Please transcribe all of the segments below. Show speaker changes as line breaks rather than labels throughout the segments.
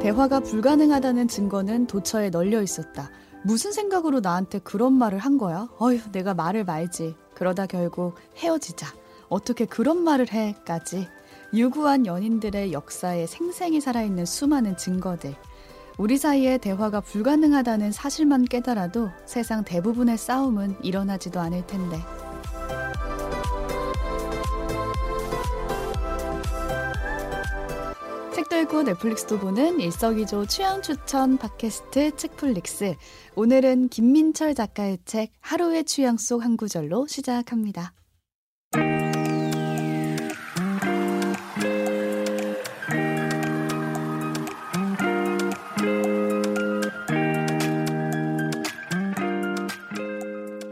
대화가 불가능하다는 증거는 도처에 널려 있었다. 무슨 생각으로 나한테 그런 말을 한 거야? 어휴, 내가 말을 말지. 그러다 결국 헤어지자. 어떻게 그런 말을 해?까지. 유구한 연인들의 역사에 생생히 살아있는 수많은 증거들. 우리 사이의 대화가 불가능하다는 사실만 깨달아도 세상 대부분의 싸움은 일어나지도 않을 텐데. 책도 읽고 넷플릭스도 보는 일석이조 취향 추천 팟캐스트 책플릭스. 오늘은 김민철 작가의 책 하루의 취향 속 한 구절로 시작합니다.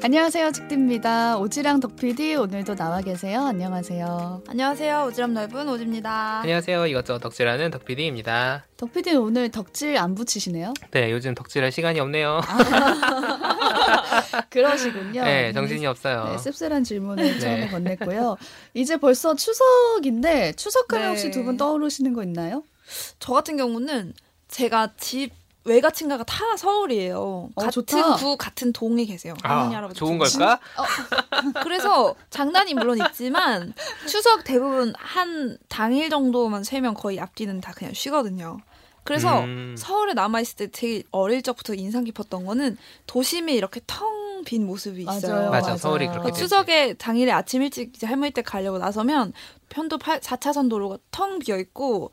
안녕하세요, 직디입니다. 오지랑 덕PD 오늘도 나와 계세요. 안녕하세요.
안녕하세요. 오지랖 넓은 오지입니다.
안녕하세요. 이것저것 덕질하는 덕PD입니다.
덕PD 오늘 덕질 안 붙이시네요?
네, 요즘 덕질할 시간이 없네요.
그러시군요.
네, 정신이 없어요.
네, 씁쓸한 질문을
네.
처음에 건넸고요. 이제 벌써 추석인데 추석하면
네.
혹시 두 분 떠오르시는 거 있나요?
저 같은 경우는 제가 집 외가 친가가 다 서울이에요.
어,
같은
좋다.
구 같은 동에 계세요. 할머니,
아,
할아버지 두
좋은
분.
걸까?
그래서 장난이 물론 있지만 추석 대부분 한 당일 정도만 세면 거의 앞뒤는 다 그냥 쉬거든요. 그래서
음.
서울에 남아 있을 때 되게 어릴 적부터 인상 깊었던 거는 도심에 이렇게 텅 빈 모습이 있어요.
맞아, 네. 서울이 그렇게
그
되지.
추석에 당일에 아침 일찍 이제 할머니 댁 가려고 나서면 편도 8, 4차선 도로가 텅 비어 있고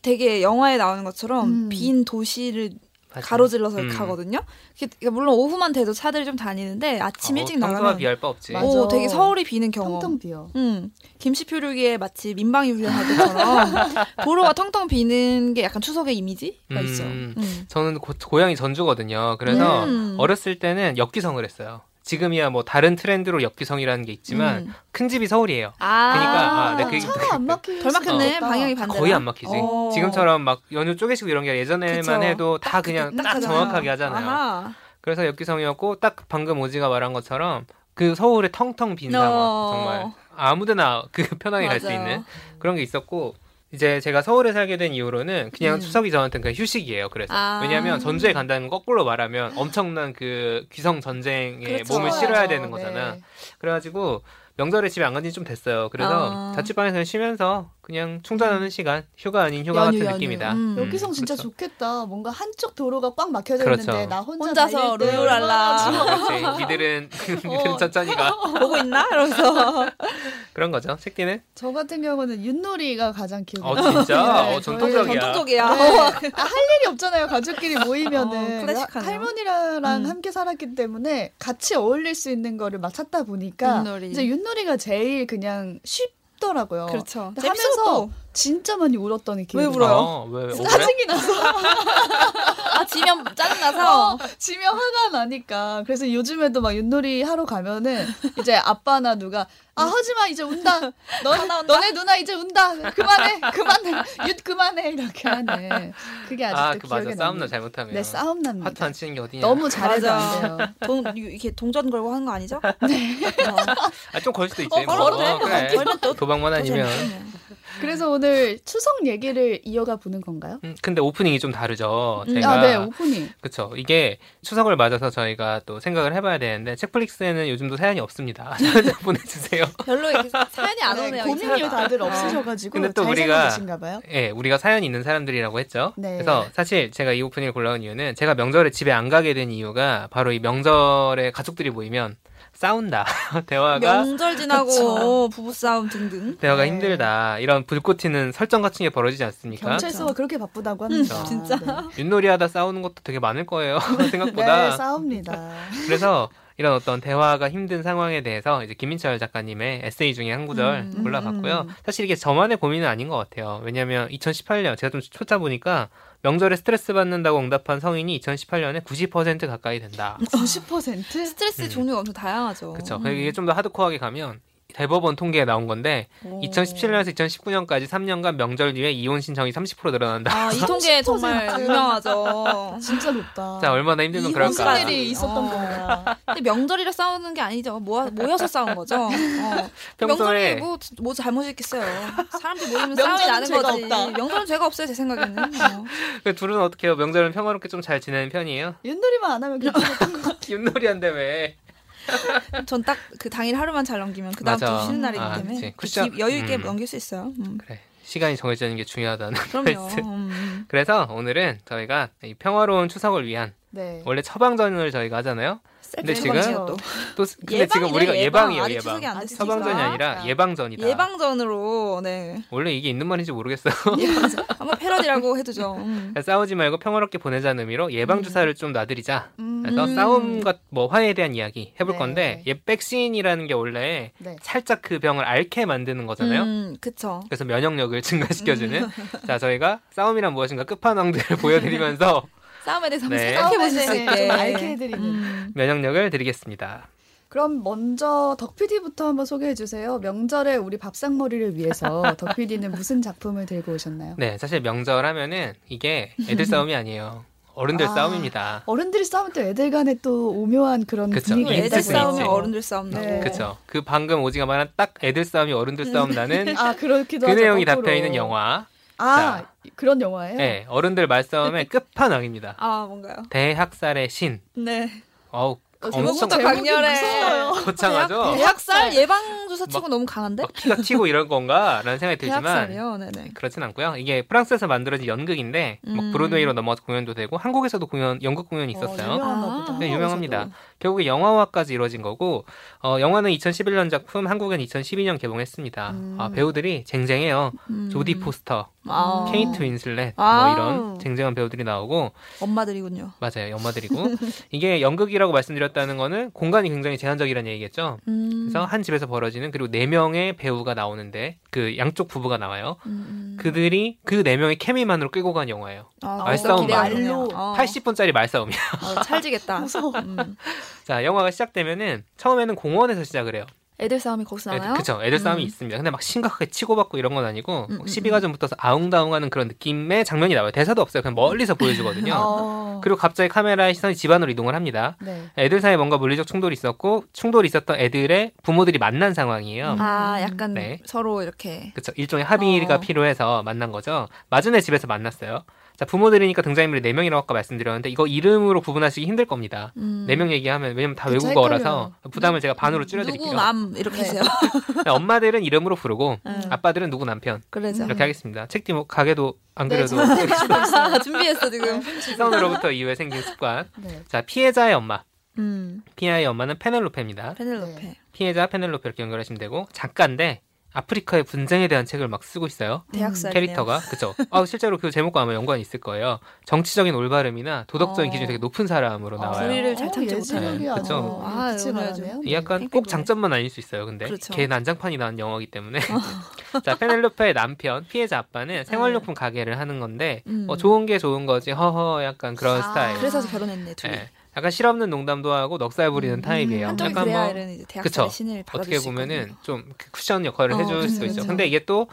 되게 영화에 나오는 것처럼
음.
빈 도시를
맞아.
가로질러서
음.
가거든요. 그게- 그러니까 물론 오후만 돼도 차들이 좀 다니는데 아침
어,
일찍
평소와
나가면
비할 바 없지.
맞아.
오 되게 서울이 비는 경험.
텅텅 비어.
음, 김씨 표류기에 마치 민방위 훈련하듯처럼 도로가 텅텅 비는 게 약간 추석의 이미지가
음.
있어요. 음.
저는 고, 고향이 전주거든요. 그래서
음.
어렸을 때는 엽기성을 했어요. 지금이야 뭐 다른 트렌드로 엽기성이라는 게 있지만
음.
큰 집이 서울이에요.
아,
그러니까, 아, 네, 그게- 어.
차가 안 막히는
덜 막혔네.
수가 없다.
방향이 반대라.
거의 안 막히지.
어.
지금처럼 막 연휴 쪼개시고 이런 게 예전에만
그쵸.
해도 다 그냥
그게
딱
하잖아요.
정확하게 하잖아요.
아하.
그래서 엽기성이었고 딱 방금 오지가 말한 것처럼 그 서울의 텅텅 빈 상황
어.
정말 아무데나 그 편하게 갈 수
맞아요.
있는 그런 게 있었고 이제 제가 서울에 살게 된 이후로는 그냥
음.
추석이 저한테는 그냥 휴식이에요. 그래서
아.
왜냐하면 전주에 간다는 건 거꾸로 말하면 엄청난 그 귀성 전쟁에
그렇죠.
몸을 실어야 되는
네.
거잖아. 그래가지고 명절에 집에 안 간 지 좀 됐어요. 그래서
아.
자취방에서 그냥 쉬면서 그냥 충전하는 시간, 휴가 아닌 휴가
연휴,
같은
연휴.
느낌이다.
음.
여기선 진짜
그렇죠.
좋겠다. 뭔가 한쪽 도로가 꽉 막혀져
그렇죠.
있는데 나 혼자
혼자서
달릴 때
룰루랄라.
얼마나 좋아.
아, 그렇지. 니들은 니들은
어.
천천히가
보고 있나? 이러면서.
그런 거죠. 책디는?
저 같은 경우는 윷놀이가 가장 기억에
어, 진짜?
네,
어,
저희는
전통적이야.
전통적이야.
네. 아, 할 일이 없잖아요. 가족끼리 모이면은
어, 클래식하네요.
할머니랑
음.
함께 살았기 때문에 같이 어울릴 수 있는 거를 막 찾다 보니까
윷놀이.
이제 윷놀이가 제일 그냥 쉽더라고요.
그렇죠.
근데
재밌어,
하면서
또.
진짜 많이 울었던 기억이
왜 울어요?
어, 왜, 왜,
나요.
어, 그래?
짜증이 나서
아 지면 짜증나서. 어.
지면 화가 나니까 그래서 요즘에도 막 윷놀이 하러 가면은 이제 아빠나 누가 아
음.
하지마 이제 운다 너 너네 누나 이제 운다 그만해 그만해 윷 그만해 이렇게 하네 그게 아직도
아, 그
기억에
맞아. 싸움나
남는-
잘못하면.
네 싸움 납니다
화투 안 치는 게 어디냐.
너무 잘해도
맞아.
안 돼요.
동 이렇게 동전 걸고 하는 거 아니죠? 네.
아, 좀 걸 수도 있지.
어, 걸어도 돼. 걸면 또
그래.
어,
도박만 아니면.
네. 그래서 오늘 추석 얘기를 이어가 보는 건가요?
음, 근데 오프닝이 좀 다르죠.
음.
제가
아, 네, 오프닝.
그쵸. 이게 추석을 맞아서 저희가 또 생각을 해봐야 되는데 책플릭스에는 요즘도 사연이 없습니다. 보내주세요.
별로 이렇게 사연이 안
네,
오네요.
고민이 다들 없으셔가지고
근데 또
잘
우리가-
생각하신가 봐요.
예, 우리가 사연이 있는 사람들이라고 했죠.
네.
그래서 사실 제가 이 오프닝을 골라온 이유는 제가 명절에 집에 안 가게 된 이유가 바로 이 명절에 가족들이 모이면 싸운다. 대화가
명절 지나고 부부 싸움 등등.
대화가
네.
힘들다. 이런 불꽃 튀는 설정 같은 게 벌어지지 않습니까?
경찰서가 그렇게 바쁘다고 합니다.
음,
진짜.
네,
윷놀이하다 싸우는 것도 되게 많을 거예요. 생각보다.
네 싸웁니다.
그래서 이런 어떤 대화가 힘든 상황에 대해서 이제 김민철 작가님의 에세이 중에 한 구절
음,
골라봤고요.
음.
사실 이게 저만의 고민은 아닌 것 같아요. 왜냐하면 2018년 제가 좀 초짜 보니까 명절에 스트레스 받는다고 응답한 성인이 2018년에 90% 가까이 된다.
90%?
스트레스
음.
종류가 엄청 다양하죠.
그렇죠.
음.
이게 좀 더 하드코어하게 가면 대법원 통계에 나온 건데
오.
2017년에서 2019년까지 3년간 명절 뒤에 이혼 신청이 30% 늘어난다.
아, 이 통계 정말
30%.
유명하죠.
어, 진짜 높다.
자 얼마나 힘들면
이런
그럴까?
스멜이-
일이 있었던
어.
거야.
근데 명절이라 싸우는 게 아니죠. 모아, 모여서 싸운 거죠. 어. 명절에
평소에
뭐, 뭐 잘못이 있겠어요. 사람들이 모이면
명절은
싸움이 나는
죄가
거지.
없다.
명절은 죄가 없어요, 제 생각에는. 어.
그 둘은 어떻게 해요? 명절은 평화롭게 좀 잘 지내는 편이에요?
윷놀이만 안 하면 괜찮아.
윷놀이 한데 왜?
전 딱 그 당일 하루만 잘 넘기면 그 다음
맞아.
또 쉬는 날이기
아,
때문에
그치.
기-
쿠션.
여유 있게
음.
넘길 수 있어요. 음.
그래 시간이 정해져 있는 게 중요하다는
그럼요.
말씀.
음.
그래서 오늘은 저희가 이 평화로운 추석을 위한
네.
원래 처방전을 저희가 하잖아요. 근데 지금
예방이에요, 또.
또 스- 근데 지금
예방이네,
우리가
예방.
예방이에요
아직
예방.
추석이 안 됐으니까.
처방전이 아니라
자.
예방전이다.
예방전으로 네
원래 이게 있는 말인지 모르겠어. 요
예방전. 한번 패러디라고 해두죠. 음.
싸우지 말고 평화롭게 보내자는 의미로 예방 주사를 좀 놔드리자.
음,
그래서
음.
싸움과 뭐 화해에 대한 이야기 해볼
네.
건데 예 백신이라는 게 원래
네.
살짝 그 병을 앓게 만드는 거잖아요.
음, 그쵸.
그래서 면역력을 증가시켜주는 자 저희가 싸움이란 무엇인가 끝판왕들을 보여드리면서
싸움에 대해서 한번
네.
생각해 보실 수
싸움에
있게
대해서 좀 알게 해드리는.
음.
면역력을 드리겠습니다.
그럼 먼저 덕 PD부터 한번 소개해 주세요. 명절에 우리 밥상머리를 위해서 덕 PD는 무슨 작품을 들고 오셨나요?
네 사실 명절 하면은 이게 애들 싸움이 아니에요. 어른들
아.
싸움입니다.
어른들이 싸움을 때 애들 간에 또 오묘한 그런
그쵸.
분위기
있을
애들
수
싸움이
있지.
어른들 싸움 나고.
네.
네. 그쵸? 그 방금 오지가 말한 딱 애들 싸움이 어른들 싸움 나는
아 그렇기도
그
하죠.
내용이
거꾸로.
담겨 있는 영화.
아
자.
그런 영화예요?
네, 어른들 말싸움의 끝판왕입니다.
아 뭔가요?
대학살의 신.
네.
어우
어,
엄청
제목부터
제목이
강렬해.
무서워요.
거창하죠.
대학살 예방 주사
막-
치고 너무 강한데?
막 피가 튀고 이럴 건가라는 생각이 들지만
대학살이요. 네네.
그렇진 않고요. 이게 프랑스에서 만들어진 연극인데 뭐
음.
브로드웨이로 넘어가서 공연도 되고 한국에서도 공연 연극 공연이 네, 있었어요.
어, 유명한가
아.
보다.
네, 유명합니다. 결국에 영화화까지 이루어진 거고 어, 영화는 2011년 작품, 한국엔 2012년 개봉했습니다.
음.
아, 배우들이 쟁쟁해요.
음.
조디 포스터,
아.
케이트 윈슬렛
아.
뭐 이런 쟁쟁한 배우들이 나오고
엄마들이군요.
맞아요. 연마들이고 이게 연극이라고 말씀드렸다는 거는 공간이 굉장히 제한적이라는 얘기겠죠.
음.
그래서 한 집에서 벌어지는 그리고 네 명의 배우가 나오는데 그 양쪽 부부가 나와요.
음, 음.
그들이 그 네 명의 케미만으로 끌고 간 영화예요.
아,
말싸움
기대가
말로.
되네요. 어.
80분짜리 말싸움이야.
어, 찰지겠다. 음. 무서워.
자, 영화가 시작되면은 처음에는 공원에서 시작을 해요.
애들 싸움이 거기서 나나요?
애들, 그쵸. 애들 싸움이
음.
있습니다. 근데 막 심각하게 치고받고 이런 건 아니고 뭐
음, 음,
시비가 좀 붙어서 아웅다웅하는 그런 느낌의 장면이 나와요. 대사도 없어요. 그냥 멀리서 보여주거든요.
어.
그리고 갑자기 카메라의 시선이 집안으로 이동을 합니다.
네.
애들 사이에 뭔가 물리적 충돌이 있었고 충돌이 있었던 애들의 부모들이 만난 상황이에요.
음.
아, 약간
네.
서로 이렇게
그쵸 일종의 합의가
어.
필요해서 만난 거죠. 마즈네 집에서 만났어요. 자 부모들이니까 등장인물이 네 명이라고 아까 말씀드렸는데 이거 이름으로 구분하시기 힘들 겁니다.
음,
네 명 얘기하면 왜냐면 다
그쵸,
외국어라서 부담을 제가 반으로
누구
줄여드릴게요.
맘 이렇게
네.
해요.
엄마들은 이름으로 부르고
음.
아빠들은 누구 남편
그래죠.
이렇게 하겠습니다. 책 제목 가게도 안
네,
그래도
아, 준비했어 지금.
시선으로부터 이후에 생긴 습관.
네.
자 피해자의 엄마
음,
피해자의 엄마는 페넬로페입니다.
페넬로페.
네.
피해자 페넬로페 이렇게 연결하시면 되고 작가인데 아프리카의 분쟁에 대한 책을 막 쓰고 있어요.
대학살
캐릭터가 그쵸? 아, 실제로 그 제목과 아마 연관이 있을 거예요. 정치적인 올바름이나 도덕적인
어.
기준이 되게 높은 사람으로 나와요.
우리- 우리를 잘
어,
참지
예지력이
못하는.
아주
그쵸.
아,
빛이
오늘
나네요.
아주.
이 약간
땡땡
꼭 장점만 아닐 수 있어요. 근데
그렇죠. 어.
걔 난장판이 나온 영화이기 때문에 자 페넬로페의 남편 피해자 아빠는 생활용품 가게를 하는 건데
네. 음.
뭐 좋은 게 좋은 거지 허허 약간 그런
아,
스타일.
그래서 결혼했네 둘이.
예. 약간 실없는 농담도 하고 넉살 부리는
음,
타입이에요.
한쪽이
약간
그래야
뭐
이런 이제
그쵸.
대학살 신을 받아줄
어떻게
수
보면은
있거든요.
좀그 쿠션 역할을
어,
해줄
그쵸,
수도 있죠.
그쵸.
근데 이게 또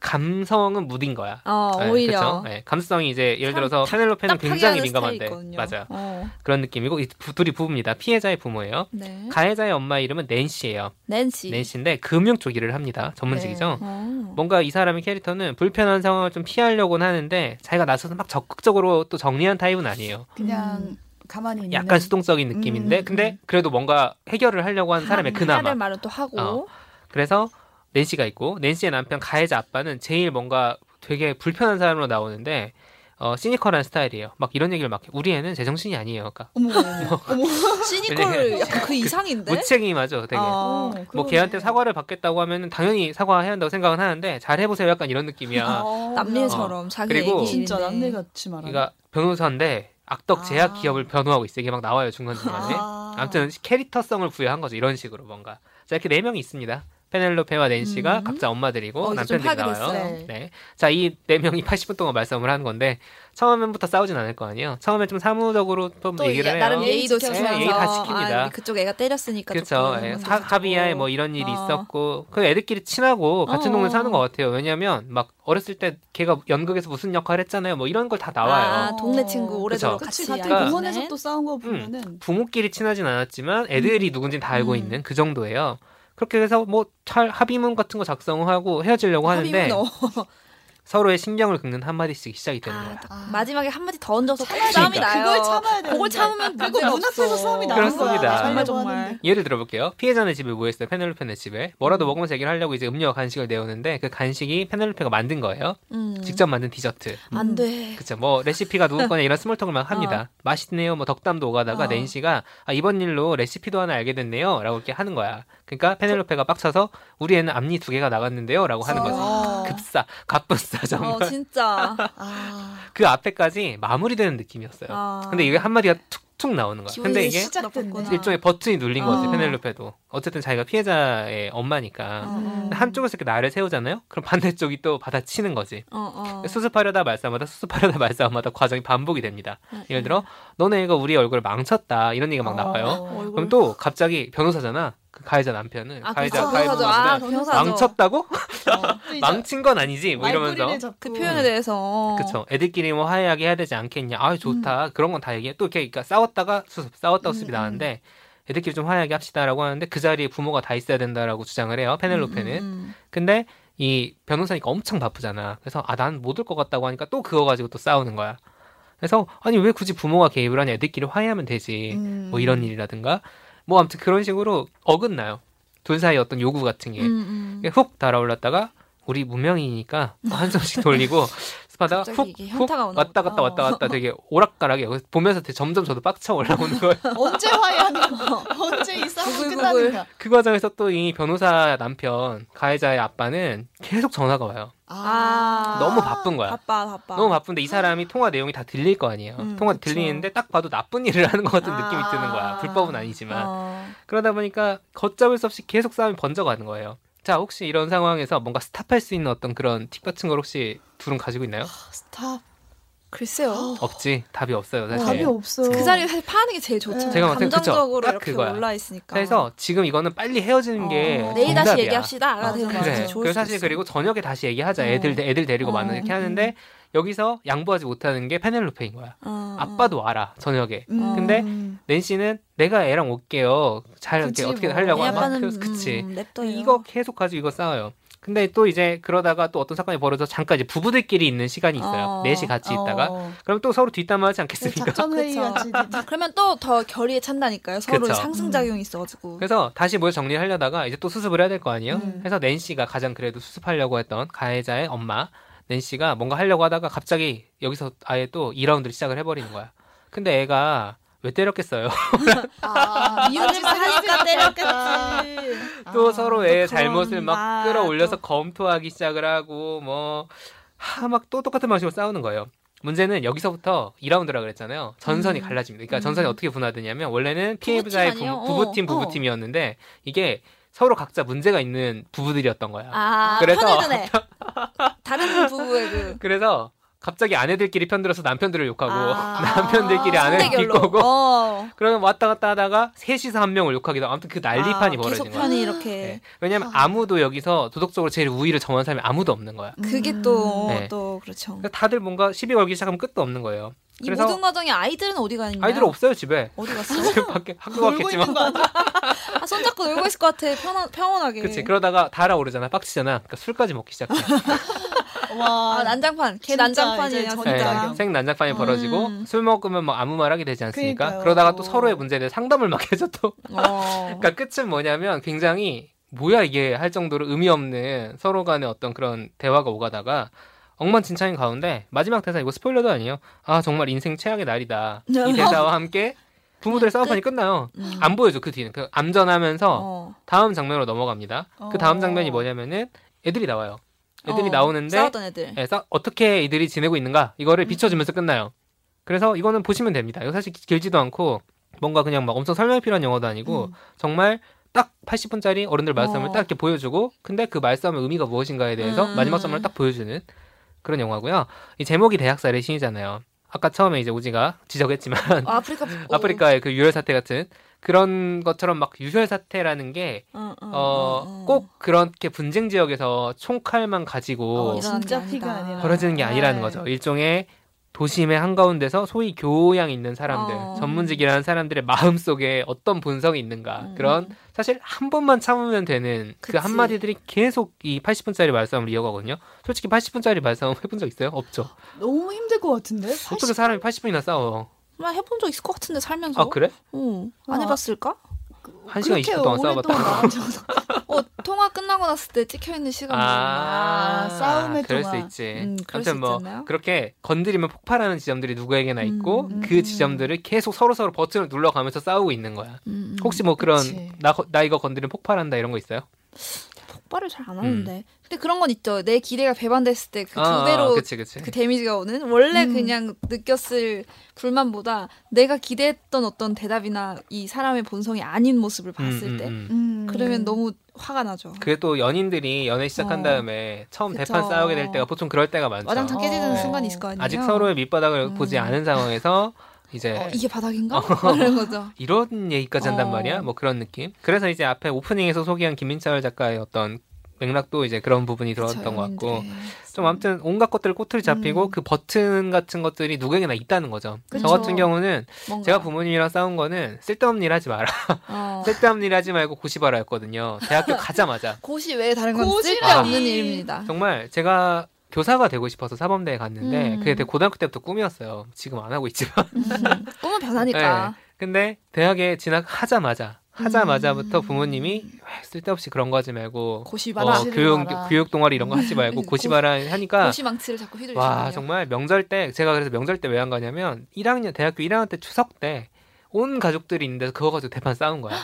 감성은 무딘 거야.
어,
네,
오히려
그쵸? 네, 감성이 이제 예를
참
들어서 페넬로페는
딱하게
굉장히
하는
민감한데
스타일이거든요.
맞아
어,
그런 느낌이고 이 부- 둘이 부부입니다. 피해자의 부모예요.
네.
가해자의 엄마 이름은 낸시예요.
낸시.
낸시인데 뭐 금융 쪽 일을 합니다. 전문직이죠.
어.
뭔가 이 사람의 캐릭터는 불편한 상황을 좀 피하려고는 하는데 자기가 나서서 막 적극적으로 또 정리한 타입은 아니에요.
그냥
음,
가만히 있는.
약간 수동적인 느낌인데
음,
근데 그래도 뭔가 해결을 하려고 하는 사람의
하-
그나마
하를 말은 또 하고.
어. 그래서 낸시가 있고 낸시의 남편 가해자 아빠는 제일 뭔가 되게 불편한 사람으로 나오는데 어, 시니컬한 스타일이에요. 막 이런 얘기를 막 해요. 우리 애는 제정신이 아니에요. 그러니까
어머. 어머.
시니컬 약간 그 이상인데.
무책임하죠, 되게.
어.
뭐 걔한테 사과를 받겠다고 하면은 당연히 사과해야 한다고 생각은 하는데 잘 해보세요 약간 이런
어,
느낌이야.
남일처럼 자기
어. 그리고
얘기
진짜 남매 같이 말하네.
그러니까 변호사인데 악덕 제약
아.
기업을 변호하고 있어. 이게 막 나와요 중간 중간에.
아.
아무튼 캐릭터성을 부여한 거죠 이런 식으로 뭔가. 자 이렇게 네 명이 있습니다. 페넬로페와 낸시가
음.
각자 엄마들이고
어, 이제 좀
남편들이
파악이
나와요.
네.
됐어요.
네. 자, 이 네 명이 80분 동안 말싸움을 하는 건데 처음부터 싸우진 않을 거 아니에요. 처음에 좀 사무적으로 좀
또
얘기를
예-
해요.
나름 예의도
지켜서.
지키면서
예, 예의 다 지킵니다.
아, 그쪽 애가 때렸으니까
그렇죠.
조금
예.
혼자
사-
자고.
사비야에 뭐 이런 일이
어.
있었고 그 애들끼리 친하고 같은
어.
동네 사는 것 같아요. 왜냐하면 막 어렸을 때 걔가 연극에서 무슨 역할 했잖아요. 뭐 이런 걸 다 나와요.
아, 동네 친구 오래도록
그쵸.
어.
음.
그치
같이 네.
같은
알고
공원에서
지낸.
또 싸운 거 보면은
부모끼리 친하진 않았지만 애들이 누군지 다 알고
음.
있는 그 정도예요. 그렇게 해서 뭐 잘 합의문 같은 거 작성하고 헤어지려고 하는데
하빈이는 어,
서로의 신경을 긁는 한마디씩 시작이 되는
아,
거예요.
딱
아.
마지막에 한마디 더 얹어서 꼭
그러니까.
참아야
싸움이
돼.
나요.
그걸 참아야 돼.
그걸 참으면
그리고
문제가
눈앞에서
없어.
싸움이 나는
그렇습니다.
거야.
정말
살려고
정말.
하는데.
예를 들어볼게요. 피해자네 집에 모였어요. 페넬로페네 집에.
음.
뭐라도 먹으면서 얘기를 하려고 이제 음료와 간식을 내오는데 그 간식이 페넬로페가 만든 거예요.
음.
직접 만든 디저트.
안 돼.
그쵸. 뭐 레시피가 누구 거냐 이런 스몰톡을 막 합니다. 맛있네요. 뭐 덕담도 오가다가
어.
낸시가 아, 이번 일로 레시피도 하나 알게 됐네요.라고 이렇게 하는 거야. 그러니까 페넬로페가 빡쳐서 우리 애는 앞니 두 개가 나갔는데요.라고 하는 그 거죠.
어.
급사, 갑분싸 정말.
어 진짜.
아,
그 앞에까지 마무리되는 느낌이었어요.
아.
근데 이게 한마디가 툭툭 나오는 거야. 근데
기분이
이게
시작-
나빴구나.
일종의 버튼이 눌린 거지
어.
페넬로페도. 어쨌든 자기가 피해자의 엄마니까.
음.
근데 한쪽에서 이렇게 나를 세우잖아요. 그럼 반대쪽이 또 받아치는 거지.
어, 어.
그 수습하려다 말싸움하다 수습하려다 말싸움하다 과정이 반복이 됩니다.
음,
예를 들어 너네 애가 우리 얼굴을 망쳤다 이런 얘기가 막
어.
나와요.
얼굴.
그럼 또 갑자기 변호사잖아. 그 가해자 남편은
아,
가해자
그렇죠.
가해
변호사죠. 아,
가해자
변호사죠.
망쳤다고?
또 이제
망친 건 아니지. 뭐 이러면서
말꼬리를 잡고.
그 표현에 대해서.
음. 그쵸. 애들끼리 뭐 화해하게 해야 되지 않겠냐. 아유, 좋다. 그런 건 다 얘기해. 또 이렇게 그러니까 싸웠다가 수습, 싸웠다가
음,
수습이 나왔는데 애들끼리 좀 화해하게 합시다라고 하는데 그 자리에 부모가 다 있어야 된다라고 주장을 해요. 페넬로페는.
음,
근데 이 변호사니까 엄청 바쁘잖아. 그래서 아, 난 못 올 것 같다고 하니까 또 그거 가지고 또 싸우는 거야. 그래서 아니, 왜 굳이 부모가 개입을 하냐. 애들끼리 화해하면 되지.
음.
뭐 이런 일이라든가. 뭐 아무튼 그런 식으로 어긋나요. 둘 사이 어떤 요구 같은 게.
음, 음,
이게 훅 달아올랐다가 우리 무명이니까 한 손씩 돌리고 스파다가
갑자기 이게
훅훅
현타가 오나
왔다 갔다
보다.
왔다 갔다 되게 오락가락해. 그래서 보면서 되게 점점 저도 빡쳐 올라오는 거예요.
언제 화해하는 거 언제 이 싸움이
어. 구글,
끝나는
구글.
거야
그 과정에서 또 이 변호사 남편 가해자의 아빠는 계속 전화가 와요.
아.
너무 바쁜 거야.
바빠 바빠.
너무 바쁜데 이 사람이 통화 내용이 다 들릴 거 아니에요.
음,
통화
그쵸.
들리는데 딱 봐도 나쁜 일을 하는 것 같은 느낌이
아.
드는 거야. 불법은 아니지만
어.
그러다 보니까 걷잡을 수 없이 계속 싸움이 번져가는 거예요. 자 혹시 이런 상황에서 뭔가 스탑할 수 있는 어떤 그런 팁 같은 걸 혹시 둘은 가지고 있나요?
스탑
아,
글쎄요.
없지 답이 없어요 사실.
답이 없어
그 자리에 사실 파는 게 제일 좋죠.
제가
네. 봤을 때 그쵸.
감정적으로
딱
이렇게
그거야.
올라 있으니까.
그래서 지금 이거는 빨리 헤어지는 게
어,
정답이야.
내일 다시 얘기합시다가
맞아,
되는
맞아.
거죠.
그래.
맞아.
좋을
그리고
수도
사실
있어요.
그리고 저녁에 다시 얘기하자.
어.
애들 애들 데리고
어,
만나 이렇게
음,
하는데 여기서 양보하지 못하는 게 페넬로페인 거야.
어, 어.
아빠도 와라 저녁에.
음.
근데 낸시는 내가 애랑 올게요. 잘
그치,
이렇게 어떻게
뭐.
하려고
내
아마
하면
아빠는
그래서 그치.
음, 냅둬요.
이거 계속 가지고 이거 싸워요. 근데 또 이제 그러다가 또 어떤 사건이 벌어져 잠깐 이제 부부들끼리 있는 시간이 있어요.
어.
넷이 같이 있다가
어. 네,
그럼 또 서로 뒷담화하지 않겠습니까?
작전 회의 같이
아, 그러면 또 더 결의에 찬다니까요. 서로
그쵸.
상승작용이 있어가지고.
그래서 다시 모여 정리하려다가 이제 또 수습을 해야 될 거 아니에요?
음.
그래서 낸시가 가장 그래도 수습하려고 했던 가해자의 엄마 낸시가 뭔가 하려고 하다가 갑자기 여기서 아예 또 2라운드를 시작을 해버리는 거야. 근데 애가 왜 때렸겠어요?
아,
이혼을 하니까 때렸겠지.
또 서로 애의
아, 또 그런
잘못을 막
말,
끌어올려서
또.
검토하기 시작을 하고 뭐, 뭐하막 또 똑같은 방식으로 싸우는 거예요. 문제는 여기서부터 2라운드라 그랬잖아요. 전선이
음.
갈라집니다. 그러니까 전선이
음.
어떻게 분화되냐면 원래는 피해자의
부부팀 아니에요?
부- 부부팀
어.
부부팀이었는데 이게 서로 각자 문제가 있는 부부들이었던 거야.
아,
그래서-
편해드네. 다른 부부의 그.
그래서 갑자기 아내들끼리 편들어서 남편들을 욕하고
아.
남편들끼리 아내를
선대결로.
비꼬고
어.
그러면 왔다 갔다 하다가 셋이서 한 명을 욕하기도 하고 아무튼 그 난리판이
아,
벌어진
계속
거야.
편이 이렇게.
네. 왜냐하면 아무도 여기서 도덕적으로 제일 우위를 정한 사람이 아무도 없는 거야.
그게
음.
또,
네.
또, 그렇죠.
그러니까 다들 뭔가 시비 걸기 시작하면 끝도 없는 거예요.
이
그래서-
모든 과정에 아이들은 어디 가 있냐?
아이들 없어요 집에.
어디 갔어?
집 밖에 학교
놀고 있는
갔겠지만.
거 아니야?
아, 손잡고 놀고 있을 것 같아. 편안, 평온하게.
그치 그러다가 달아오르잖아 빡치잖아 그러니까 술까지 먹기 시작해
와,
아, 난장판. 걔
진짜
난장판이에요,
이제
네,
진짜.
진짜.
전자경.
생난장판이 벌어지고
음.
술 먹으면 뭐 아무 말하게 되지 않습니까
그러니까요.
그러다가또 서로의 문제에 대해 상담을 막 해줘 또
어.
그러니까 끝은 뭐냐면 굉장히 뭐야 이게 할 정도로 의미 없는 서로 간의 어떤 그런 대화가 오가다가 엉망진창인 가운데 마지막 대사 이거 스포일러도 아니에요. 아 정말 인생 최악의 날이다.
어.
이 대사와 함께 부모들의 싸움판이 끝나요.
음.
안 보여줘 그 뒤는 그 암전하면서
어, 어.
다음 장면으로 넘어갑니다. 그 다음
어.
장면이 뭐냐면은 애들이 나와요. 애들이
어,
나오는데
싸웠던 애들. 음.
예, 싸- 어떻게 이들이 지내고 있는가 이거를 비춰주면서 끝나요. 그래서
음.
이거는 보시면 됩니다. 이거 사실 기- 길지도 않고 뭔가 그냥 막 엄청 설명이 필요한 영화도 아니고 정말 딱 80분짜리 어른들 말싸움을
어.
딱 이렇게 보여주고 근데 그 말싸움의 의미가 무엇인가에 대해서
음.
마지막 점을 딱 보여주는 그런 영화고요. 이 제목이 대학살의 신이잖아요. 아까 처음에 이제 우지가 지적했지만
아, 프리카
아프리카의 그 유혈 사태 같은 그런 것처럼 막 유혈 사태라는 게 어, 꼭 그렇게 분쟁 지역에서 총칼만 가지고
어,
이런
진짜
아니다.
피가 아니라
벌어지는 게 아니라는
네.
거죠. 일종의 도심의 한가운데서 소위 교양 있는 사람들,
어.
전문직이라는 사람들의 마음 속에 어떤 본성이
음,
있는가. 아, 그런 사실 한 번만 참으면 되는 그
그치.
한마디들이 계속 이 80분짜리 말싸움을 이어가거든요. 솔직히 80분짜리 말싸움 해본 적 있어요? 없죠.
너무 힘들 것 같은데?
어떻게 사람이 80분이나 싸워?
정말 해본 적 있을 것 같은데 살면서.
아, 그래?
어,
어.
안 해봤을까?
한 시간 20분 동안 싸워봤다.
어 통화 끝나고 났을 때 찍혀 있는 시간. 뭐.
아, 싸움의
그럴
동안.
수 있지.
음, 그럴 수
아무튼 뭐
있잖아요.
그렇게 건드리면 폭발하는 지점들이 누구에게나 있고
음, 음,
그
음.
지점들을 계속 서로 서로 버튼을 눌러가면서 싸우고 있는 거야.
음, 음.
혹시 뭐 그런
그치.
나, 거- 나 이거 건드리면 폭발한다 이런 거 있어요? 뭐
폭발을 잘 안 하는데. 근데 그런 건 있죠. 내 기대가 배반됐을 때 그 두
음. 아,
배로
그치 그치.
그 데미지가 오는 원래
음.
그냥 느꼈을 불만보다 내가 기대했던 어떤 대답이나 이 사람의 본성이 아닌 모습을
음,
봤을
음, 그렇죠.
때
음.
그러면 너무 화가 나죠.
그게 또 연인들이 연애 시작한
어.
다음에 처음
그쵸.
대판 싸우게 될 때가 보통 그럴 때가 많죠.
와장창 깨지는
어.
순간이 있을 거 아니에요.
아직 서로의 네. 밑바닥을
음.
보지 않은 상황에서 이제
어, 이게 바닥인가? 그런 거죠.
이런 얘기까지 한단
어.
말이야. 뭐 그런 느낌. 그래서 이제 앞에 오프닝에서 소개한 김민철 작가의 어떤 맥락도 이제 그런 부분이 들어갔던 것
그렇죠,
같고 좀 아무튼 온갖 것들 꼬투리 잡히고
음.
그 버튼 같은 것들이 누구에게나 있다는 거죠.
그쵸.
저 같은 경우는 제가 부모님이랑 싸운 거는 쓸데없는 일 하지 마라.
어.
쓸데없는 일 하지 말고 고시바라 였거든요. 대학교 가자마자.
고시 외에 다른 건
고시라니.
쓸데없는 일입니다.
정말 제가 교사가 되고 싶어서 사범대에 갔는데
음.
그게 되게 고등학교 때부터 꿈이었어요. 지금 안 하고 있지만.
꿈은
네.
변하니까.
근데 대학에 진학하자마자 하자마자부터 부모님이 왜 쓸데없이 그런 거 하지 말고
음. 고시
어,
봐라.
고시를
교육
봐라.
교육 동아리 이런 거 하지 말고
고-
고시바라 하니까
고시 망치를 자꾸 휘두르시네요.
그러니까 와 정말 명절 때 제가 그래서 명절 때 왜 안 가냐면 1학년 대학교 1학년 때 추석 때 온 가족들이 있는데 그거 가지고 대판 싸운 거야.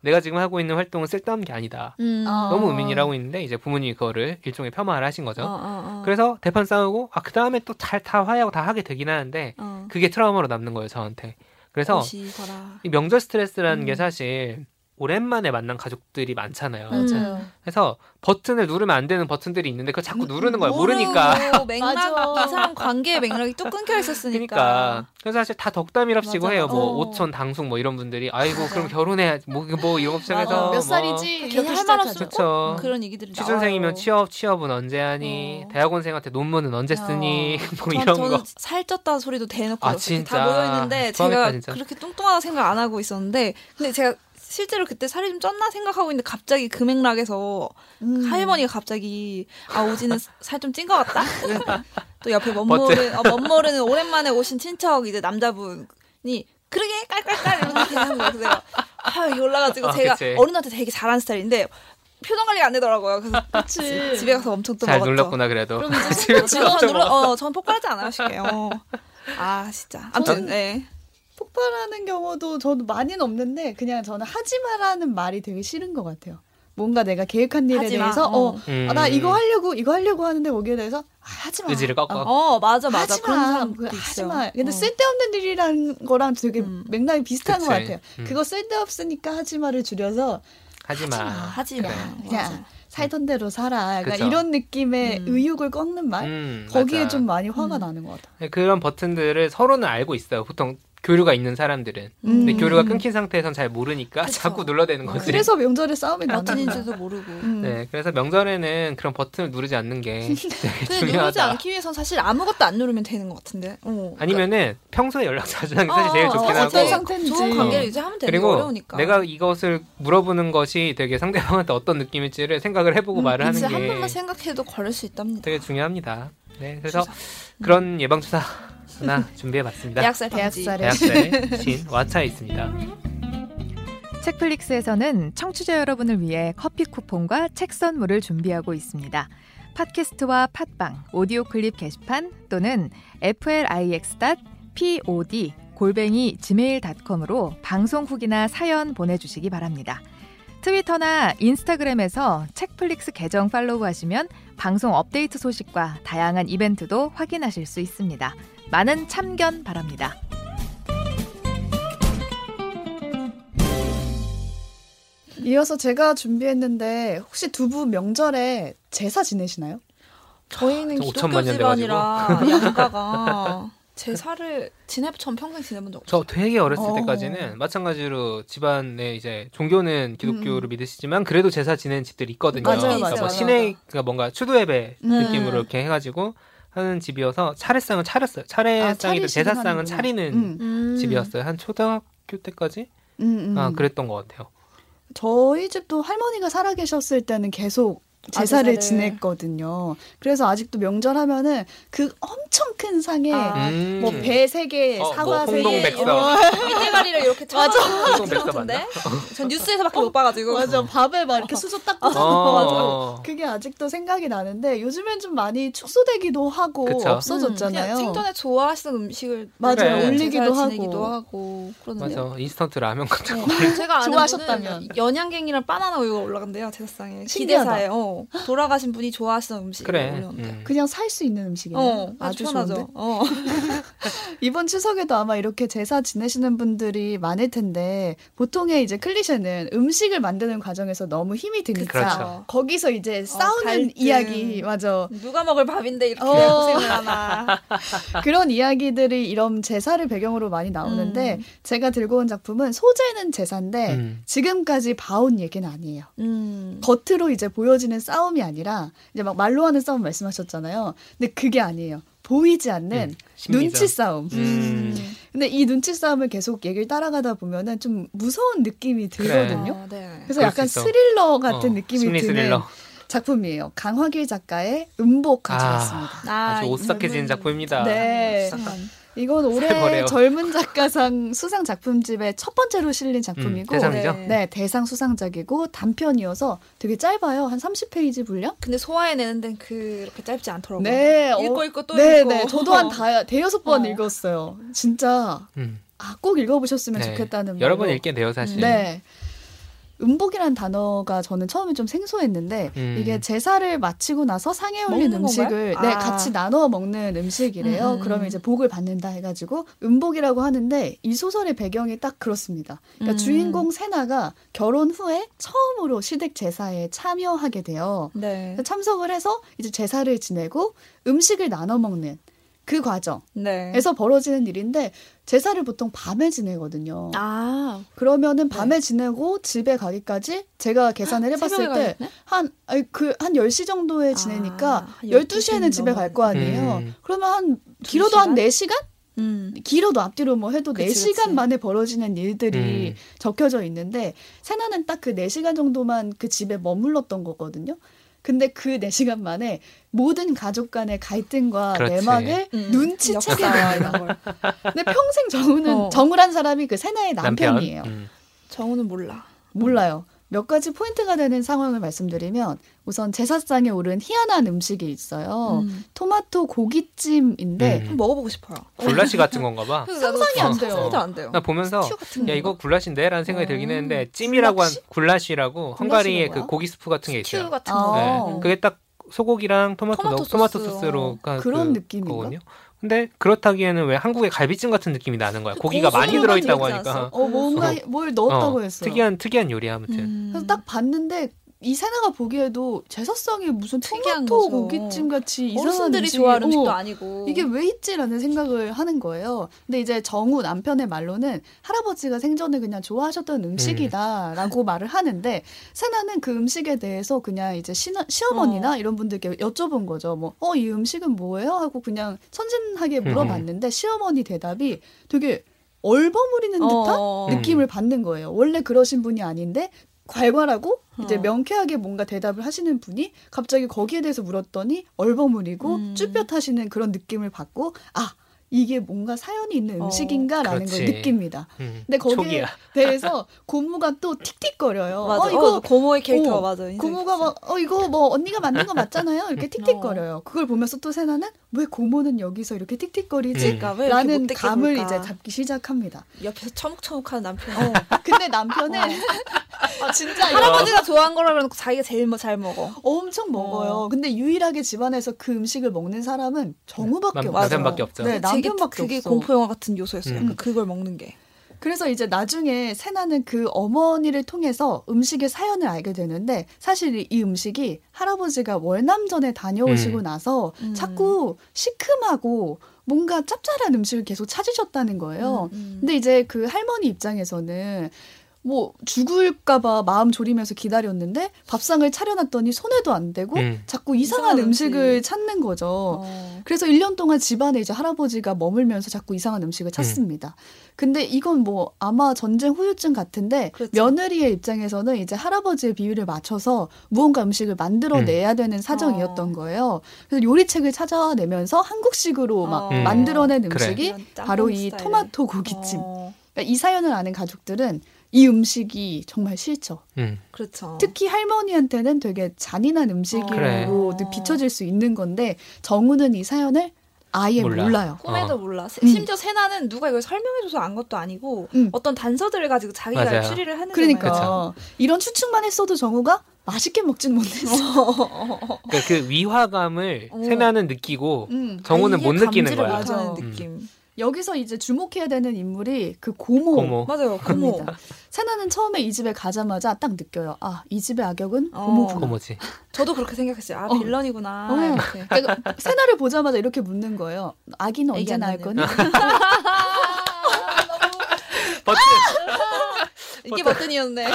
내가 지금 하고 있는 활동은 쓸데없는 게 아니다.
음.
어.
너무 의민이라고 있는데 이제 부모님이 그거를 일종의 폄하를 하신 거죠.
어, 어, 어.
그래서 대판 싸우고 아 그다음에 또 잘 다 화해하고 다 하게 되긴 하는데
어.
그게 트라우마로 남는 거예요, 저한테. 그래서
고시 봐라.
이 명절 스트레스라는
어, 음.
게 사실 오랜만에 만난 가족들이 많잖아요.
음.
그래서 버튼을 누르면 안 되는 버튼들이 있는데 그걸 자꾸
음,
누르는 거예요. 모르니까.
모르고 맥락
맞아.
이 사람 관계의 맥락이 또 끊겨
그러니까
있었으니까.
그래서 사실 다 덕담이랍시고
맞아.
해요. 뭐
어.
오촌 당숙 뭐 이런 분들이 아이고 그럼 결혼해 뭐, 뭐 이런
맞아.
업장에서
어, 몇
뭐.
살이지?
괜히
이렇게
할
시작하죠.
말없어.
그렇죠.
런 음, 얘기들이
취준생이면
나와요.
취업 취업은 언제 하니
어.
대학원생한테 논문은 언제 쓰니 뭐
전-
이런
저는
거
살쪘다는 소리도 대놓고
아,
이렇게
진짜.
다 모여 있는데
그러니까
제가
진짜.
그렇게 뚱뚱하다 생각 안 하고 있었는데 근데 제가 실제로 그때 살이 좀 쪘나 생각하고 있는데 갑자기 금액락에서
음.
할머니가 갑자기 아 오지는 살 좀 찐 것 같다. 또 옆에 멋모르 어, 멋모르는 오랜만에 오신 친척 이제 남자분이 그러게 깔깔깔 이러면서 계속 하는 거예요. 그래서 아 이거 올라가지고
아,
제가
그치.
어른한테 되게 잘하는 스타일인데 표정 관리가 안 되더라고요. 그래서
그치.
집에 가서 엄청 또
잘
먹었죠.
놀랐구나 그래도
그럼 이제 손톱
집에서
지금은
엄청
눌러,
먹었어.
어, 전 폭발하지 않아요, 쉽게. 어. 아, 진짜. 아무튼,
저는-
네.
폭발하는 경우도 저도 많이는 없는데 그냥 저는 하지 마라는 말이 되게 싫은 것 같아요. 뭔가 내가 계획한 일에
하지 마.
대해서 어,
어.
음.
아, 나 이거 하려고 이거 하려고 하는데 거기에 대해서 아, 하지 마.
의지를 꺾어.
어, 맞아, 맞아.
하지
그런
마.
사람도
그, 하지
있어요.
마. 근데
어.
쓸데없는 일이라는 거랑 되게
음.
맥락이 비슷한 것
그치.
같아요.
음.
그거 쓸데없으니까 하지 마를 줄여서
하지
하지 마.
마.
아, 하지 마.
그래. 그냥 살던 대로 살아. 약간
그쵸.
이런 느낌의
음.
의욕을 꺾는 말.
음,
거기에
맞아. 네,
좀 많이 화가
음.
나는 것 같아요.
그런 버튼들을 서로는 알고 있어요. 보통 교류가 있는 사람들은 근데
음.
교류가 끊긴 상태에선 잘 모르니까
그쵸.
자꾸 눌러대는
어.
거지.
그래서 명절에 싸움이 나는 거예요.
버튼인지도 모르고.
음.
네, 그래서 명절에는 그런 버튼을 누르지 않는 게 되게
네, 근데 누르지
중요하다.
않기 위해선 사실 아무것도 안 누르면 되는 것 같은데. 어.
아니면은 평소에 연락 자주 하는 게 사실
어,
제일
어,
좋긴
어,
하고
어떤
어떤
상태인지.
좋은 관계를 유지하면 되는 게
그리고
어려우니까.
내가 이것을 물어보는 것이 되게 상대방한테 어떤 느낌일지를 생각을 해보고
음,
말을
그치,
하는
한
게
번만 생각해도 걸릴 수 있답니다.
되게 중요합니다. 네, 그래서
주사.
그런 예방주사 하나 준비해봤습니다.
대학살 방지.
대학살에
대학생
네.
신 와차에 있습니다.
책플릭스에서는 청취자 여러분을 위해 커피 쿠폰과 책 선물을 준비하고 있습니다. 팟캐스트와 팟빵, 오디오 클립 게시판 또는 flix.pod 골뱅이 gmail.com으로 방송 후기나 사연 보내주시기 바랍니다. 트위터나 인스타그램에서 책플릭스 계정 팔로우하시면 방송 업데이트 소식과 다양한 이벤트도 확인하실 수 있습니다. 많은 참견 바랍니다.
이어서 제가 준비했는데 혹시 두 분 명절에 제사 지내시나요?
저희는
저
기독교
5천만 년
집안이라 양가가 제사를 지내 처음 평생 지내본 적
저
없어요.
되게 어렸을
어.
때까지는 마찬가지로 집안에 이제 종교는 기독교를 믿으시지만 그래도 제사 지내는 집들이 있거든요.
음. 맞아요,
그러니까
맞아요,
뭐
맞아요.
신의 그러니까 뭔가 추도 예배
음.
느낌으로 이렇게 해가지고 하는 집이어서 차례상은 차렸어요. 차례상이든
아, 차리시긴
제사상은
하는구나.
차리는
음,
음.
집이었어요. 한 초등학교 때까지
음, 음.
아 그랬던 것 같아요.
저희 집도 할머니가 살아계셨을 때는 계속
네,
제사를
제사를.
지냈거든요. 그래서 아직도 명절 하면은 그 엄청 큰 상에
아,
음.
뭐 배 어, 세 개,
어, 뭐
사과 세
홍동
개,
백서.
삐대가리를 이렇게
맞아.
쳐서
백서
같은데? 전 뉴스에서밖에 못 봐가지고.
어, 맞아 밥을 막 이렇게 수저 닦고
어,
맞아.
어.
그게 아직도 생각이 나는데 요즘엔 좀 많이 축소되기도 하고
그쵸.
없어졌잖아요.
그냥 생전에 좋아하시는 음식을
맞아요.
그냥
올리기도
제사 지내기도
하고.
하고 그러는데요.
맞아 인스턴트 라면 같은 거.
어, 제가 아는
좋아하셨다면.
분은 연양갱이랑 바나나 우유가 올라간대요 제사상에
신기하다.
기대사에 어. 돌아가신 분이 좋아하시는 음식
그래.
올려온대.
음.
어, 그냥 살 수 있는 음식이네요.
어,
아주
아주
좋은데.
편하죠. 어.
이번 추석에도 아마 이렇게 제사 지내시는 분들이 많을 텐데 보통의 이제 클리셰는 음식을 만드는 과정에서 너무 힘이 드니까
그렇죠.
거기서 이제 싸우는
아, 갈등.
이야기 맞아
누가 먹을 밥인데 이렇게
어.
고생을 하나.
그런 이야기들이 이런 제사를 배경으로 많이 나오는데
음.
제가 들고 온 작품은 소재는 제사인데
음.
지금까지 봐온 얘기는 아니에요.
음.
겉으로 이제 보여지는 싸움이 아니라 이제 막 말로 하는 싸움 말씀하셨잖아요. 근데 그게 아니에요. 보이지 않는
음, 심리전.
눈치 싸움.
음.
근데 이 눈치 싸움을 계속 얘기를 따라가다 보면은 좀 무서운 느낌이 들거든요.
아, 네.
그래서
그럴
약간
수 있어.
스릴러 같은
어,
느낌이
심리
드는
스릴러.
작품이에요. 강화길 작가의 음복 가져왔습니다.
아주 오싹해진
음.
작품입니다.
네. 이건 올해
살벌해요.
젊은 작가상 수상 작품집의 첫 번째로 실린 작품이고
음, 대상이죠?
네.
네, 대상 수상작이고 단편이어서 되게 짧아요. 한 30페이지 분량?
근데 소화해내는 데는 그렇게 짧지 않더라고요.
네. 어,
읽고 읽고 또
네,
읽고.
네. 저도 한 다, 대여섯 번
어.
읽었어요. 진짜
음.
아, 꼭 읽어보셨으면
네.
좋겠다는
여러 번
마음으로.
읽게 돼요 사실.
네. 음복이란 단어가 저는 처음에 좀 생소했는데
음.
이게 제사를 마치고 나서 상에 올린
먹는 건가요?
음식을
아.
네, 같이 나눠 먹는 음식이래요.
음.
그러면 이제 복을 받는다 해가지고 음복이라고 하는데 이 소설의 배경이 딱 그렇습니다. 그러니까
음.
주인공 세나가 결혼 후에 처음으로 시댁 제사에 참여하게 돼요.
네.
그래서 참석을 해서 이제 제사를 지내고 음식을 나눠 먹는 그 과정에서
네.
벌어지는 일인데 제사를 보통 밤에 지내거든요.
아,
그러면은 밤에 지내고 집에 가기까지 제가 계산을 해봤을
아, 새벽에 가셨네?
때 한 그 한 10시 정도에
아,
지내니까
한
12시에는
12시
집에 갈 거 아니에요.
음.
그러면 한 길어도 한
시간?
4시간?
음.
길어도 앞뒤로 뭐 해도
그치,
4시간
그치.
만에 벌어지는 일들이
음.
적혀져 있는데 세나는 딱 그 4시간 정도만 그 집에 머물렀던 거거든요. 근데 그 4시간 만에 모든 가족 간의 갈등과
그렇지.
내막을
음.
눈치채게
역사
돼요.
이런 걸.
근데 평생 정우는
어.
정우란 사람이 그 세나의 남편이에요.
음.
정우는 몰라.
몰라요. 몇 가지 포인트가 되는 상황을 말씀드리면 우선 제사상에 오른 희한한 음식이 있어요.
음.
토마토 고깃찜인데
음.
한번 먹어보고 싶어요.
굴라시 같은 건가 봐.
상상이 안 돼요.
아, 상상도 안 돼요.
아, 나 보면서
스튜 같은 거.
야 이거 굴라시인데? 라는 생각이
어.
들긴 했는데 찜이라고 한 굴라시라고 헝가리의
굴라시가
그
뭐야?
고기 스프 같은 게
스튜
있어요.
같은
아.
거.
어.
네. 그게 딱 소고기랑 토마토
토마토
넣고 토마토
소스.
소스로 간
그런
그
느낌인가?
거거든요. 근데 그렇다기에는 왜 한국의 갈비찜 같은 느낌이 나는 거야. 고기가 많이
고수들만
들어있다고
들어있지
하니까.
않았어?
어 뭔가
어.
뭘 넣었다고
어,
했어요.
특이한 특이한 요리 아무튼.
음.
그래서 딱 봤는데 이 세나가 보기에도 제사상에 무슨
특이한
토마토
거죠.
고깃찜 같이 이상한
어르신들이
음식이-
좋아하는
어,
음식도 아니고
이게 왜 있지라는 생각을 하는 거예요. 근데 이제 정우 남편의 말로는 할아버지가 생전에 그냥 좋아하셨던 음식이다라고 말을 하는데 세나는 그 음식에 대해서 그냥 이제 시나, 시어머니나 이런 분들께 여쭤본 거죠. 뭐 어 이 음식은 뭐예요? 하고 그냥 천진하게 물어봤는데 시어머니 대답이 되게 얼버무리는 듯한
어.
느낌을 받는 거예요. 원래 그러신 분이 아닌데 괄괄하고 이제
어.
명쾌하게 뭔가 대답을 하시는 분이 갑자기 거기에 대해서 물었더니 얼버무리고
음.
쭈뼛하시는 그런 느낌을 받고 아 이게 뭔가 사연이 있는
어.
음식인가라는 걸
그렇지.
느낍니다.
음.
근데 거기에
초기야.
대해서 고모가 또 틱틱거려요.
맞아.
어 이거
고모의 캐릭터가
어,
맞아. 인생
고모가
있어요. 음. 어.
막 어 이거 뭐 언니가 만든 거 맞잖아요. 이렇게 틱틱거려요. 그걸 보면서 또 세나는 왜 고모는 여기서 이렇게 틱틱거리지?
음.
그러니까 왜 이렇게
라는
못되게
감을
볼까?
이제 잡기 시작합니다.
옆에서 처묵처묵하는 남편.
근데 남편은 진짜 이거
어, 할아버지가 좋아한 거라 그래놓고 자기가 제일 뭐 잘 먹어.
엄청 먹어요.
어.
근데 유일하게 집안에서 그 음식을 먹는 사람은 정우밖에
남-
없어요.
남편밖에
없죠.
네,
되게
남편밖에
그게
없어.
공포 영화 같은 요소였어요.
음.
약간 그걸 먹는 게.
그래서 이제 나중에 세나는 그 어머니를 통해서 음식의 사연을 알게 되는데 사실 이 음식이 할아버지가 월남전에 다녀오시고
음.
나서
음.
자꾸 시큼하고 뭔가 짭짤한 음식을 계속 찾으셨다는 거예요.
음,
근데 이제 그 할머니 입장에서는 뭐 죽을까봐 마음 졸이면서 기다렸는데 밥상을 차려놨더니 손해도 안 되고
음.
자꾸 이상한,
이상한 음식.
음식을 찾는 거죠.
어.
그래서 1년 동안 집안에 이제 할아버지가 머물면서 자꾸 이상한 음식을 찾습니다. 근데 이건 뭐 아마 전쟁 후유증 같은데
그렇죠.
며느리의 입장에서는 이제 할아버지의 비율을 맞춰서 무언가 음식을 만들어내야 되는 사정이었던
어.
거예요. 그래서 요리책을 찾아내면서 한국식으로 막
어.
만들어낸
그래.
음식이
이런 짬뽕
바로 이
스타일.
토마토 고기찜.
네. 어,
그러니까 이 사연을 아는 가족들은 이 음식이 정말 싫죠.
음.
그렇죠.
특히 할머니한테는 되게 잔인한
그래.
음식으로 비춰질 수 있는 건데 정우는 이 사연을 아예
몰라.
몰라요.
꿈에도
어.
몰라. 세-
음.
심지어 세나는 누가 이걸 설명해줘서 안 것도 아니고
음.
어떤 단서들을 가지고 자기가
맞아요.
추리를 하는
그러니까 이런 추측만 했어도 정우가 맛있게 먹진 못했어.
거잖아요.
그러니까 그 위화감을
어.
세나는 느끼고
음.
정우는
아예
못 느끼는
그러니까 감지를
거야.
못-
못하는
맞아.
느낌.
음. 여기서 이제 주목해야 되는 인물이 그 고모.
고모.
맞아요.
어,
고모.
고모입니다. 세나는 처음에 이 집에 가자마자 딱 느껴요. 아, 이 집의 악역은
어.
고모구나.
고모지.
저도 그렇게 생각했어요. 아
어.
빌런이구나.
어.
이렇게.
그러니까 세나를 보자마자 이렇게 묻는 거예요. 아기는
애기
언제
안
낳을 거니?
낳냐고.
버튼.
아, 이게 버튼이었네.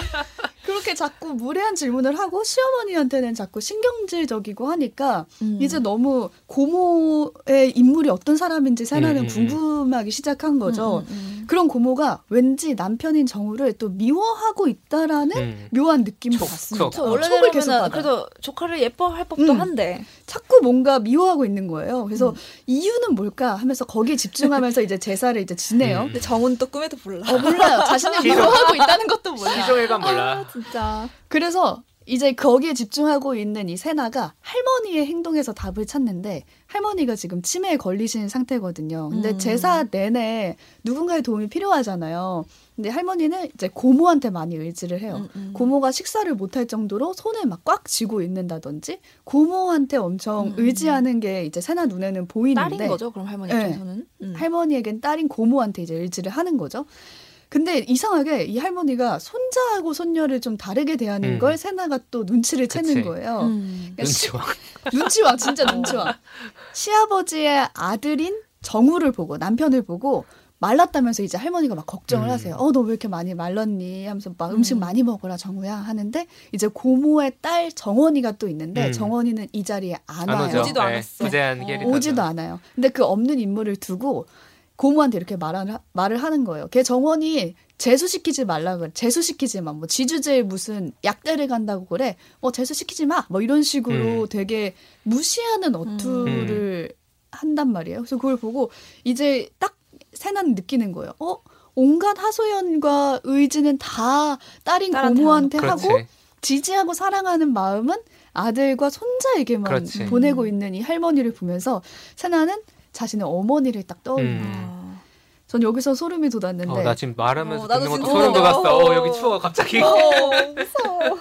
그렇게 자꾸 무례한 질문을 하고 시어머니한테는 자꾸 신경질적이고 하니까
음.
이제
음,
너무 고모의 인물이 어떤 사람인지 세나는
음, 음, 음.
궁금하기 시작한 거죠.
음, 음,
그런 고모가 왠지 남편인 정우를 또 미워하고 있다는
음.
묘한 느낌을
촉,
받습니다.
저
촉.
촉을 어, 계속
원래대로면
받아.
그래도 조카를 예뻐할 법도
음.
한데
자꾸 뭔가 미워하고 있는 거예요. 그래서
음.
이유는 뭘까 하면서 거기에 집중하면서 이제 제사를 이제 지내요.
음.
근데 정훈 또 꿈에도 몰라.
어, 몰라요. 자신을 미워하고 있다는 것도 몰라.
시종일관
아,
몰라.
진짜.
그래서 이제 거기에 집중하고 있는 이 세나가 할머니의 행동에서 답을 찾는데 할머니가 지금 치매에 걸리신 상태거든요. 근데
음.
제사 내내 누군가의 도움이 필요하잖아요. 근데 할머니는 이제 고모한테 많이 의지를 해요.
음, 음.
고모가 식사를 못할 정도로 손을 막 꽉 쥐고 있는다든지 고모한테 엄청
음.
의지하는 게 이제 세나 눈에는 보이는데
딸인 거죠. 그럼 할머니
네.
입장에서는. 음.
할머니에겐 딸인 고모한테 이제 의지를 하는 거죠. 근데 이상하게 이 할머니가 손자하고 손녀를 좀 다르게 대하는
음.
걸 세나가 또 눈치를 채는
그치.
거예요.
음.
그러니까 시-
눈치 와.
눈치왕 진짜 눈치왕. 시아버지의 아들인 정우를 보고 남편을 보고 말랐다면서 이제 할머니가 막 걱정을
음.
하세요. 어 너 왜 이렇게 많이 말랐니? 하면서 막 음식
음.
많이 먹어라 정우야 하는데 이제 고모의 딸 정원이가 또 있는데
음.
정원이는 이 자리에 안,
안
와요.
오죠.
오지도
예,
않았어.
부재한
어.
캐릭터.
오지도 않아요. 근데 그 없는 인물을 두고 고모한테 이렇게 말을, 말을 하는 거예요. 걔 정원이 재수시키지 말라 그래. 재수시키지 마. 뭐 지주제에 무슨 약대를 간다고 그래. 뭐 재수시키지 마. 뭐 이런 식으로
음.
되게 무시하는 어투를 한단 말이에요. 그래서 그걸 보고 이제 딱 세난 느끼는 거예요. 어? 온갖 하소연과 의지는 다 딸인
딸한테
고모한테
그렇지.
하고 지지하고 사랑하는 마음은 아들과 손자에게만
그렇지.
보내고 있는 이 할머니를 보면서 세나는 자신의 어머니를 딱 떠올려요.
음.
아.
전 여기서 소름이 돋았는데
어, 나 지금 말하면서
어, 나도
듣는 것도
지금
소름
궁금하다.
돋았어. 어,
어.
여기 추워 갑자기.
어, 무서워.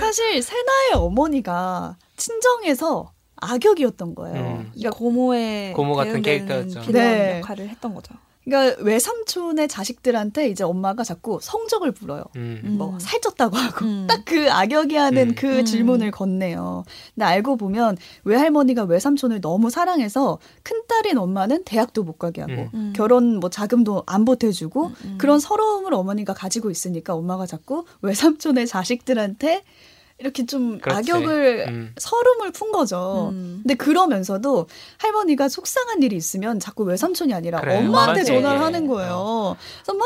사실 세나의 어머니가 친정에서 악역이었던 거예요.
음.
이 그러니까 고모의
고모 같은
대응되는
캐릭터였죠.
빌런
네.
역할을 했던 거죠.
그러니까 외삼촌의 자식들한테 이제 엄마가 자꾸 성적을 불어요.
음.
음.
뭐 살쪘다고 하고
음.
딱 그 악역이 하는
음.
그
음.
질문을 건네요. 근데 알고 보면 외할머니가 외삼촌을 너무 사랑해서 큰딸인 엄마는 대학도 못 가게 하고
음.
음.
결혼 뭐 자금도 안 보태주고
음, 음.
그런 서러움을 어머니가 가지고 있으니까 엄마가 자꾸 외삼촌의 자식들한테 이렇게 좀
그렇지.
네.
악역을
음.
서름을 푼 거죠.
음.
근데 그러면서도 할머니가 속상한 일이 있으면 자꾸 외삼촌이 아니라
그래,
엄마한테
엄마한테. 어.
전화를 하는 거예요. 그래서 막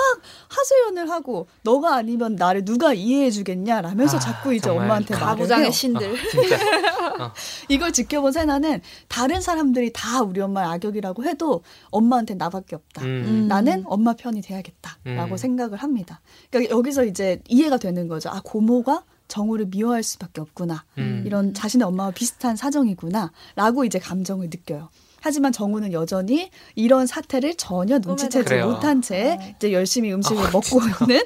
하소연을 하고 너가 아니면 나를 누가 이해해 주겠냐 라면서
아,
자꾸 이제
정말
엄마한테 말을 해요.
가부장의 신들.
아, 진짜.
이걸 지켜본 세나는 다른 사람들이 다 우리 엄마 악역이라고 해도 엄마한테 나밖에 없다.
음.
나는 엄마 편이 돼야겠다라고
음.
생각을 합니다. 그러니까 여기서 이제 이해가 되는 거죠. 아 고모가 정우를 미워할 수밖에 없구나.
음.
이런 자신의 엄마와 비슷한 사정이구나라고 이제 감정을 느껴요. 하지만 정우는 여전히 이런 사태를 전혀 눈치채지
그래요. 아.
못한 채
어.
이제 열심히 음식을
어,
먹고 있는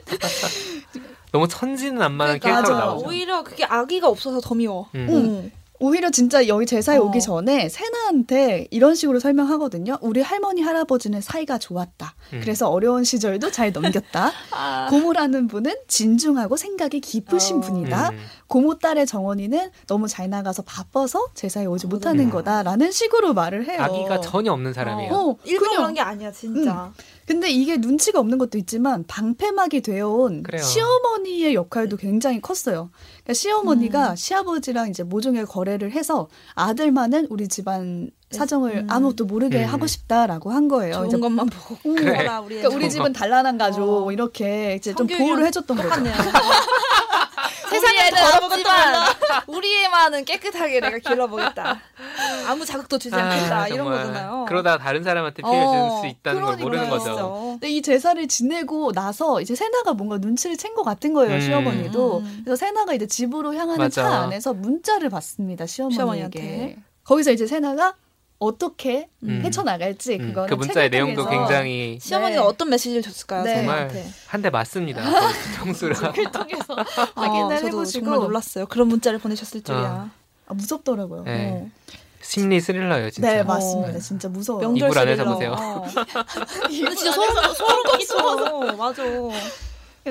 너무 천진난만한
그러니까
캐릭터로
맞아.
나오죠.
오히려 그게 아기가 없어서 더 미워.
음.
음.
오히려 진짜 여기 제사에
어.
오기 전에 세나한테 이런 식으로 설명하거든요. 우리 할머니 할아버지는 사이가 좋았다.
음.
그래서 어려운 시절도 잘 넘겼다.
아,
고모라는 분은 진중하고 생각이 깊으신
어.
분이다.
음.
고모 딸의 정원이는 너무 잘 나가서 바빠서 제사에 오지
어,
못하는
음.
거다라는 식으로 말을 해요.
아기가 전혀 없는 사람이에요.
어,
일부러
그냥
그런 게 아니야 진짜.
근데 이게 눈치가 없는 것도 있지만 방패막이 되어온
그래요.
시어머니의 역할도 굉장히 컸어요. 그러니까
음.
시어머니가 시아버지랑 이제 모종의 거래를 해서 아들만은 우리 집안 사정을
음.
아무것도 모르게
음.
하고 싶다라고 한 거예요.
좋은
이제
것만 보고
그래.
살아, 음. 우리
그러니까 우리
애는.
집은 단란한 가족
어.
이렇게 이제 좀
성교육이랑
보호를 해줬던 거죠.
똑같네요. 세상에는 더럽지만 우리 애만은 깨끗하게 내가 길러보겠다. 아무 자극도 주지 않겠다
아,
이런
정말.
거잖아요.
그러니까. 그러다 다른 사람한테 피해 줄
어,
수 있다는 걸 모르는
그러니까요.
거죠.
근데 이 제사를 지내고 나서 이제 세나가 뭔가 눈치를 챈 것 같은 거예요
음.
시어머니도.
음.
그래서 세나가 이제 집으로 향하는 차
맞아.
안에서 문자를 받습니다 시어머니에게.
시어머니한테.
거기서 이제 세나가 어떻게
음.
헤쳐나갈지
음,
그거는
그
그러니까
문자의
책을
내용도
통해서
굉장히
시어머니가
네.
어떤 메시지를 줬을까요?
네. 그렇죠.
정말.
한 대 맞습니다. 거의 뒤통수랑.
책을 통해서
아,
확인을
저도
해보시고
정말 놀랐어요. 그런 문자를 보내셨을 줄이야.
아, 무섭더라고요.
네.
어.
심리 스릴러예요, 진짜.
네
맞-
맞습니다.
어.
진짜 무서워요.
명절
이불 안에서
스릴러.
보세요.
어. 근데 진짜 소름 소름 끼쳐서 맞아.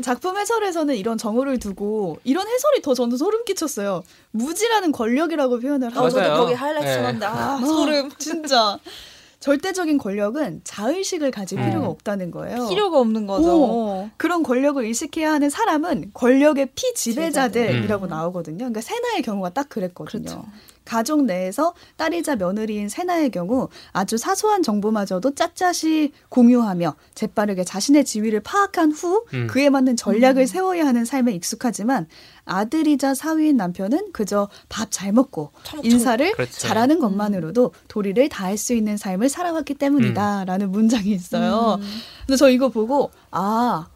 작품 해설에서는 이런 정우를 두고 이런 해설이 더 저는 소름 끼쳤어요. 무지라는 권력이라고 표현을
아,
하고
맞아요.
저도 거기 하이라이트
네.
전한데 아,
어,
소름.
진짜 절대적인 권력은 자의식을 가질
음.
필요가 없다는 거예요.
필요가 없는 거죠.
어. 오. 그런 권력을 의식해야 하는 사람은 권력의 피지배자들이라고
음.
나오거든요. 그러니까 세나의 경우가 딱 그랬거든요.
그렇죠.
가족 내에서 딸이자 며느리인 세나의 경우 아주 사소한 정보마저도 짜짜시 공유하며 재빠르게 자신의 지위를 파악한 후
음.
그에 맞는 전략을
음.
세워야 하는 삶에 익숙하지만 아들이자 사위인 남편은 그저 밥 잘 먹고
참- 참-
인사를
그렇죠.
잘하는 것만으로도 도리를 다할 수 있는 삶을 살아왔기 때문이다라는 문장이 있어요.
음.
근데 저 이거 보고 아.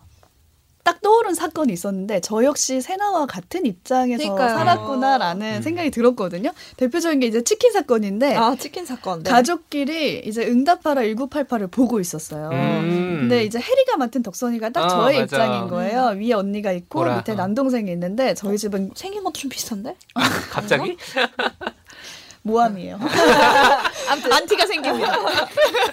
딱 떠오른 사건이 있었는데 저 역시 세나와 같은 입장에서
그러니까요.
살았구나라는
음.
생각이 들었거든요. 대표적인 게 이제 치킨 사건인데
아 치킨 사건. 네.
가족끼리 이제 응답하라 1988을 보고 있었어요.
음.
근데 이제 해리가 맡은 덕선이가 딱
아,
저의
맞아.
입장인 거예요.
음.
위에 언니가 있고
뭐라,
밑에
어.
남동생이 있는데 저희 집은
생긴 것도 좀 비슷한데?
갑자기?
모함이에요.
아무튼
안티가 생깁니다.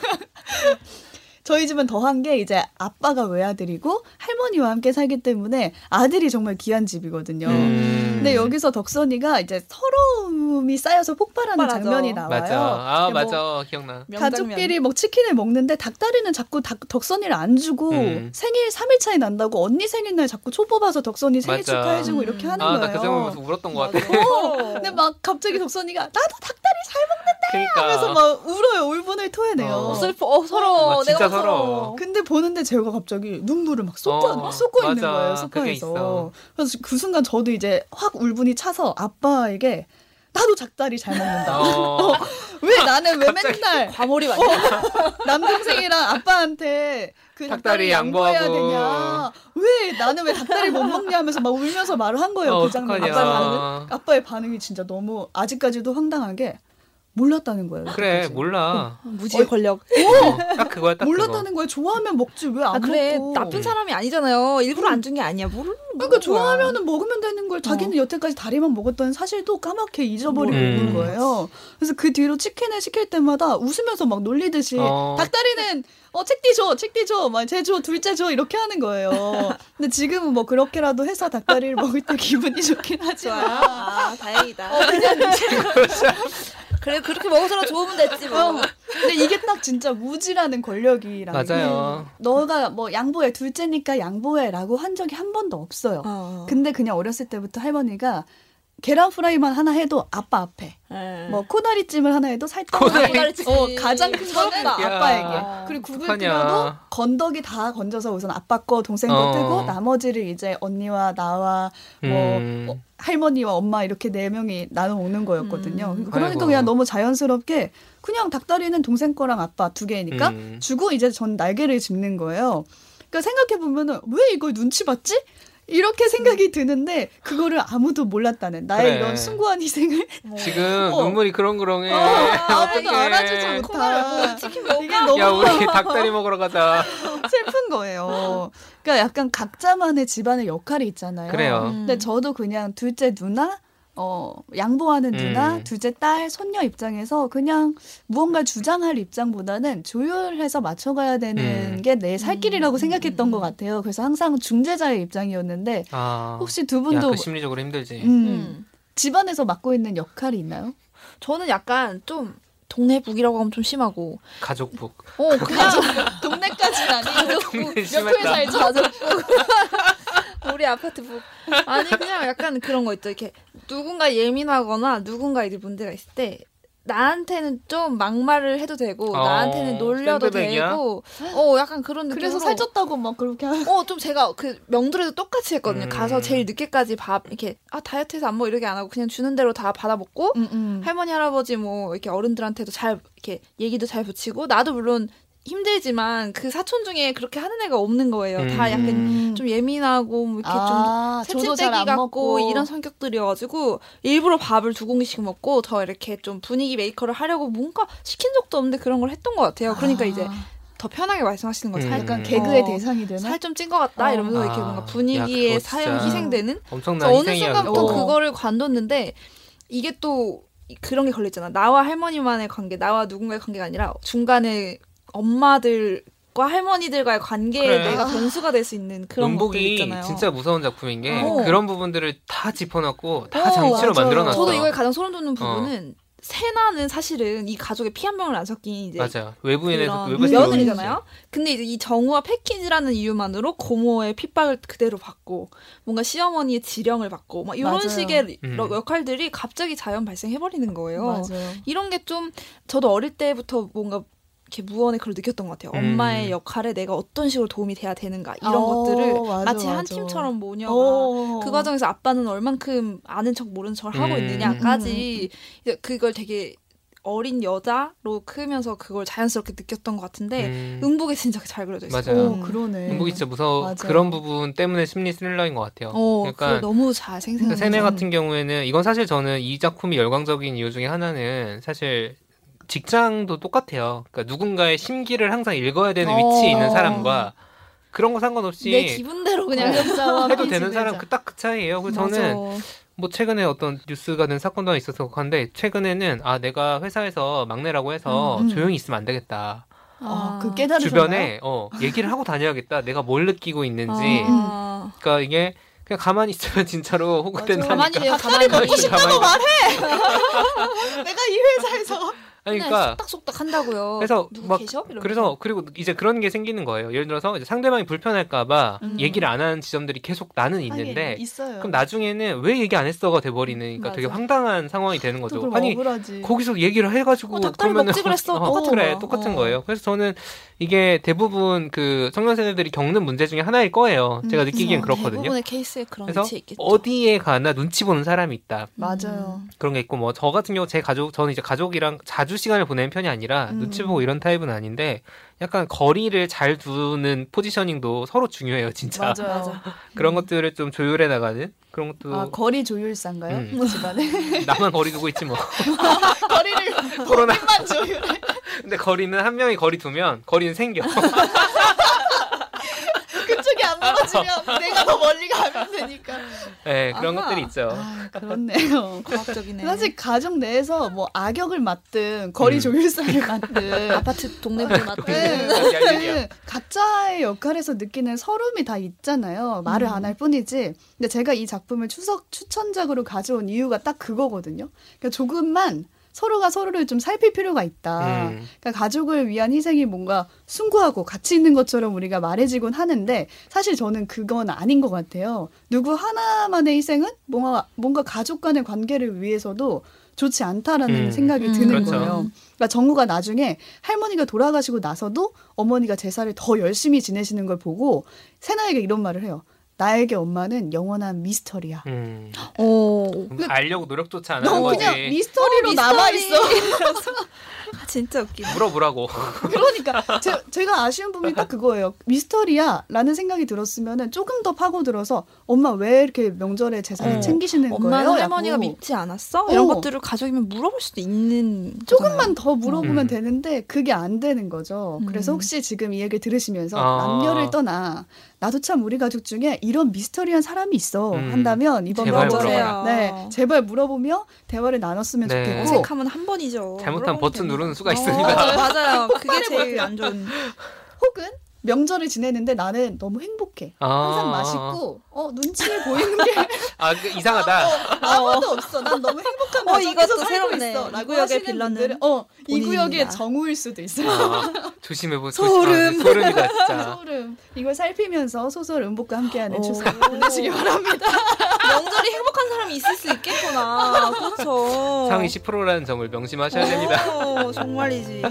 저희 집은 더한 게 이제 아빠가 외아들이고 할머니와 함께 살기 때문에 아들이 정말 귀한 집이거든요.
음.
근데 여기서 덕선이가 이제 서러움이 쌓여서 폭발하는
폭발하죠.
장면이 나와요.
맞아. 아,
근데 뭐
맞아. 기억나.
명장면.
가족끼리 막 치킨을 먹는데 닭다리는 자꾸 닭- 덕선이를 안 주고
음.
생일 3일 차이 난다고 언니 생일날 자꾸 초뽑아서 덕선이 생일
맞아.
축하해주고
음.
이렇게 하는 거예요.
아,
뭐
나 그 장면 보면서 울었던 것 같아.
서러워.
근데 막 갑자기 덕선이가 나도 닭다리 살
그러니까.
하면서 막 울어요. 울분을 토해내요.
어.
어, 슬퍼. 어, 서러워.
아, 진짜
내가 서러워. 그
서러워.
근데 보는데 제가 갑자기 눈물을 막 쏟고,
어,
막 쏟고 있는
맞아.
거예요.
그게
소파에서.
있어.
그래서 그 순간 저도 이제 확 울분이 차서 아빠에게 나도 닭다리 잘 먹는다.
어.
왜 나는 왜 맨날 어.
과몰입 아니야?
남동생이랑 아빠한테 그 닭다리
닭다리
양보해야
양보하고.
되냐? 왜 나는 왜 닭다리 못 먹냐 하면서 막 울면서 말을 한 거예요.
어,
그 장면.
어떡하냐.
아빠 반응, 아빠의 반응이 진짜 너무 아직까지도 황당한 게 몰랐다는 거예요.
그래,
그때까지.
몰라. 어,
무지의 권력.
딱 그거야, 딱
몰랐다는 거예요. 좋아하면 먹지 왜 안
아, 그래.
먹고?
나쁜 사람이 아니잖아요. 일부러 안 준 게 아니야. 모르는
그러니까
거야. 어.
좋아하면은 먹으면 되는 걸 자기는 여태까지 다리만 먹었던 사실도 까맣게 잊어버리고
음.
있는 거예요. 그래서 그 뒤로 치킨을 시킬 때마다 웃으면서 막 놀리듯이
어.
닭다리는 어 책띠 줘, 책띠 줘, 막 제조 둘째 줘 이렇게 하는 거예요. 근데 지금은 뭐 그렇게라도 해서 닭다리를 먹을 때 기분이 좋긴
좋아.
하지만
아, 다행이다. 그래, 그렇게 먹어서라 좋으면 됐지,
어,
뭐.
근데 이게 딱 진짜 무지라는 권력이라는 게
맞아요.
너가 뭐 양보해 둘째니까 양보해라고 한 적이 한 번도 없어요.
어.
근데 그냥 어렸을 때부터 할머니가 계란 프라이만 하나 해도 아빠 앞에
예.
뭐 코다리찜을 하나 해도 살짝
코다리.
꼬다리찜.
어, 가장 큰 거는
부럽다.
아빠에게
야.
그리고 국을
어떡하냐.
끓여도 건더기 다 건져서 우선 아빠 거 동생 거
어.
뜨고 나머지를 이제 언니와 나와 뭐
음.
어, 할머니와 엄마 이렇게 네 명이 나눠 먹는 거였거든요.
음.
그러니까
아이고.
그냥 너무 자연스럽게 그냥 닭다리는 동생 거랑 아빠 두 개니까
음.
주고 이제 전 날개를 짚는 거예요. 그러니까 생각해 보면은 왜 이걸 눈치 봤지? 이렇게 생각이 드는데 그거를 아무도 몰랐다는 나의
그래.
이런 숭고한 희생을
지금
어.
눈물이 그렁그렁해.
어, 아무도
어떡해.
알아주지 못한
치킨 먹어.
이게 너무
예. 야, 우리 닭다리 먹으러 가자.
슬픈 거예요. 그러니까 약간 각자만의 집안의 역할이 있잖아요.
그래요.
근데 저도 그냥 둘째 누나 어, 양보하는
음.
누나, 둘째 딸, 손녀 입장에서 그냥 무언가 주장할 입장보다는 조율해서 맞춰가야 되는
음.
게 내 살 길이라고
음.
생각했던 것 같아요. 그래서 항상 중재자의 입장이었는데
아,
혹시 두
야,
분도 뭐
그 심리적으로 힘들지.
음,
음.
집안에서 맡고 있는 역할이 있나요?
저는 약간 좀 동네 북이라고 하면 좀 심하고
가족북.
어 그냥
동네까지는 아니고
동네
몇
심했다.
회 살죠?
우리 아파트 북 아니 그냥 약간 그런 거 있죠 이렇게 누군가 예민하거나 누군가 이제 문제가 있을 때 나한테는 좀 막말을 해도 되고
어,
나한테는 놀려도
샌드백이야?
되고 어 약간 그런 느낌으로
그래서 살쪘다고 막 그렇게 하는
어, 좀 제가 그 명절에도 똑같이 했거든요.
음.
가서 제일 늦게까지 밥, 이렇게, 아, 다이어트해서 안 먹어 이렇게 안 하고 그냥 주는 대로 다 받아먹고,
음, 음.
할머니, 할아버지 뭐, 이렇게 어른들한테도 잘, 이렇게 얘기도 잘 붙이고, 나도 물론 힘들지만 그 사촌 중에 그렇게 하는 애가 없는 거예요. 다 약간
음.
좀 예민하고, 뭐 이렇게
아,
좀
저도 잘안
새침대기 같고,
먹고.
이런 성격들이어가지고, 일부러 밥을 두 공기씩 먹고, 더 이렇게 좀 분위기 메이커를 하려고 뭔가 시킨 적도 없는데 그런 걸 했던 것 같아요. 그러니까
아,
이제 더 편하게 말씀하시는 거죠.
음.
살-
약간
음.
개그의
어.
대상이 되나?
살 좀 찐 것 같다
어.
이러면서 이렇게
아,
뭔가
야,
분위기에
그거 진짜.
사연 희생되는 그래서
엄청난
어느
희생이야.
순간부터
그거.
그거를 관뒀는데 이게 또 이- 그런 게 걸렸잖아 나와 할머니만의 관계 나와 누군가의 관계가 아니라 중간에 엄마들과 할머니들과의 관계에
그래. 아.
내가 변수가 될 수 있는 그런 것들
음복이
있잖아요
진짜 무서운 작품인 게
어.
그런 부분들을 다 짚어놨고 다
어,
맞아요.
장치로 만들어놨어.
저도 이걸 가장 소름 돋는 부분은 세나는 사실은 이 가족의 피 한 병을 안 섞인 이제
맞아. 외부인에서
네. 그런
외부에서
며느리잖아요. 근데 이제 이 정우와 패키지라는 이유만으로 고모의 핍박을 그대로 받고 뭔가 시어머니의 지령을 받고 막 이런
맞아요.
식의
음.
러- 역할들이 갑자기 자연 발생해 버리는 거예요.
맞아요.
이런 게 좀 저도 어릴 때부터 뭔가 이렇게 무언의 그걸 느꼈던 것 같아요.
음.
엄마의 역할에 내가 어떤 식으로 도움이 돼야 되는가 이런
어,
것들을
맞아,
마치 한
맞아.
팀처럼 모녀가
어.
그 과정에서 아빠는 얼만큼 아는 척 모르는 척을 하고
음.
있느냐까지 이제 그걸 되게 어린 여자로 크면서 그걸 자연스럽게 느꼈던 것 같은데
음.
음복이 진짜 잘 그려져 있어요.
맞아요.
오,
그렇죠.
그러네.
음복이 진짜 무서워.
맞아요.
그런 부분 때문에 심리 스릴러인 것 같아요.
어, 그거
그러니까
너무 잘
그
생생한
세네
음.
같은 경우에는 이건 사실 저는 이 작품이 열광적인 이유 중에 하나는 사실 직장도 똑같아요. 그러니까 누군가의 심기를 항상 읽어야 되는
어.
위치에 있는 사람과 그런 거 상관없이
내 기분대로 그냥
관계자와
네. 해도
피지
되는 사람
내자.
그 딱 그 차이예요. 그래서 저는 뭐 최근에 어떤 뉴스가 된 사건도 하나 있어서 그건데 최근에는 아 내가 회사에서 막내라고 해서
음, 음.
조용히 있으면 안 되겠다.
아, 그
깨
깨달으셨나요?
주변에 어 얘기를 하고 다녀야겠다. 내가 뭘 느끼고 있는지.
아.
그러니까 이게 그냥 가만히 있으면 진짜로 호구된다.
가만히 돼요. 가만히
먹고 싶다고 말해.
내가 이 회사에서
그러니까
속닥속닥 한다고요.
그래서
누구
막
계셔? 이러면서.
그래서 그리고 이제 그런 게 생기는 거예요. 예를 들어서 이제 상대방이 불편할까봐
음.
얘기를 안 하는 지점들이 계속 나는 있는데
있어요.
그럼 나중에는 왜 얘기 안 했어가 돼버리니까
맞아.
되게 황당한 상황이 되는 거죠.
또
아니
아니 억울하지.
거기서 얘기를 해가지고
어, 닭다리
그러면은
먹지 그랬어.
어,
똑같은
그래
거야.
똑같은
어.
거예요. 그래서 저는 이게 대부분 그 청년 세대들이 겪는 문제 중에 하나일 거예요. 제가
음,
느끼기엔
그래서
그렇거든요.
대부분의 케이스에 그런
그래서
위치에 있겠죠. 음.
어디에 가나 눈치 보는 사람이 있다.
맞아요.
그런 게 있고 뭐 저 같은 경우 제 가족 저는 이제 가족이랑 자주 시간을 보내는 편이 아니라
음.
눈치 보고 이런 타입은 아닌데 약간 거리를 잘 두는 포지셔닝도 서로 중요해요 진짜
맞아요.
맞아.
그런 것들을 좀 조율해 나가는 그런 것도
아 거리 조율사인가요? 그
음.
집안에
나만 거리 두고 있지 뭐
거리를
코로나
만 조율해.
근데 거리는 한 명이 거리 두면 거리는 생겨
그쪽이 안 맞으면 내가 더 멀리 가면 되니까.
네, 그런
아하.
것들이 있죠
아 그렇네요.
과학적이네.
사실 가정 내에서 뭐 악역을 맡든 거리
음.
조율사를 맡든
아파트 동네분
네.
같은
그런 게 아니에요.
네. 각자의 역할에서 느끼는 서름이 다 있잖아요. 말을
음.
안 할 뿐이지. 근데 제가 이 작품을 추석 추천작으로 가져온 이유가 딱 그거거든요. 그러니까 조금만 서로가 서로를 좀 살필 필요가 있다.
음.
그러니까 가족을 위한 희생이 뭔가 숭고하고 가치 있는 것처럼 우리가 말해지곤 하는데 사실 저는 그건 아닌 것 같아요. 누구 하나만의 희생은 뭔가 뭔가 가족 간의 관계를 위해서도 좋지 않다라는
음.
생각이
음.
드는
그렇죠.
거예요. 그러니까 정우가 나중에 할머니가 돌아가시고 나서도 어머니가 제사를 더 열심히 지내시는 걸 보고 세나에게 이런 말을 해요. 나에게 엄마는 영원한 미스터리야.
음.
오.
알려고 노력조차 안 하는
넌
거지
아. 그냥 미스터리로
어, 미스터리.
남아 있어.
아, 진짜 웃기네.
물어보라고.
그러니까 제, 제가 아쉬운 부분이 딱 그거예요. 미스터리야라는 생각이 들었으면은 조금 더 파고들어서 엄마 왜 이렇게 명절에 제사를
어.
챙기시는 거예요?
엄마는 할머니가
라고.
믿지 않았어?
어.
이런 것들을 가족이면 물어볼 수도 있는
조금만 더 물어보면
음.
되는데 그게 안 되는 거죠.
음.
그래서 혹시 지금 이 얘기를 들으시면서
아.
남녀를 떠나 나도 참 우리 가족 중에 이런 미스터리한 사람이 있어
음.
한다면 이번
제발
명절에
물어봐라.
네 제발 물어보며 대화를 나눴으면
네.
거잖아요.
좋겠고
어색하면 한 번이죠.
잘못하면
물어보면
버튼
됩니다.
누르는 수가
어,
있습니다.
맞아요. 맞아요. 그게 제일 안 좋은.
혹은 명절을 지내는데 나는 너무 행복해. 항상 맛있고 어 눈치를 보이는 게
아, 그
어,
이상하다.
아무도 없어. 난 너무 행복한
어,
가정에서
이것도
살고
새롭네.
있어.
이
라고
구역의
하시는
빌런은
분들은 어, 이
본인입니다.
구역의 정우일 수도 있어요.
아, 조심해보
소름.
조심, 아, 소름이다 진짜.
소름. 이걸 살피면서 소설 음복과 함께하는
오.
추석 보내시기 바랍니다.
명절이 행복한 사람이 있을 수 있겠구나. 그렇죠.
상위 10%라는 점을 명심하셔야 됩니다.
오, 정말이지.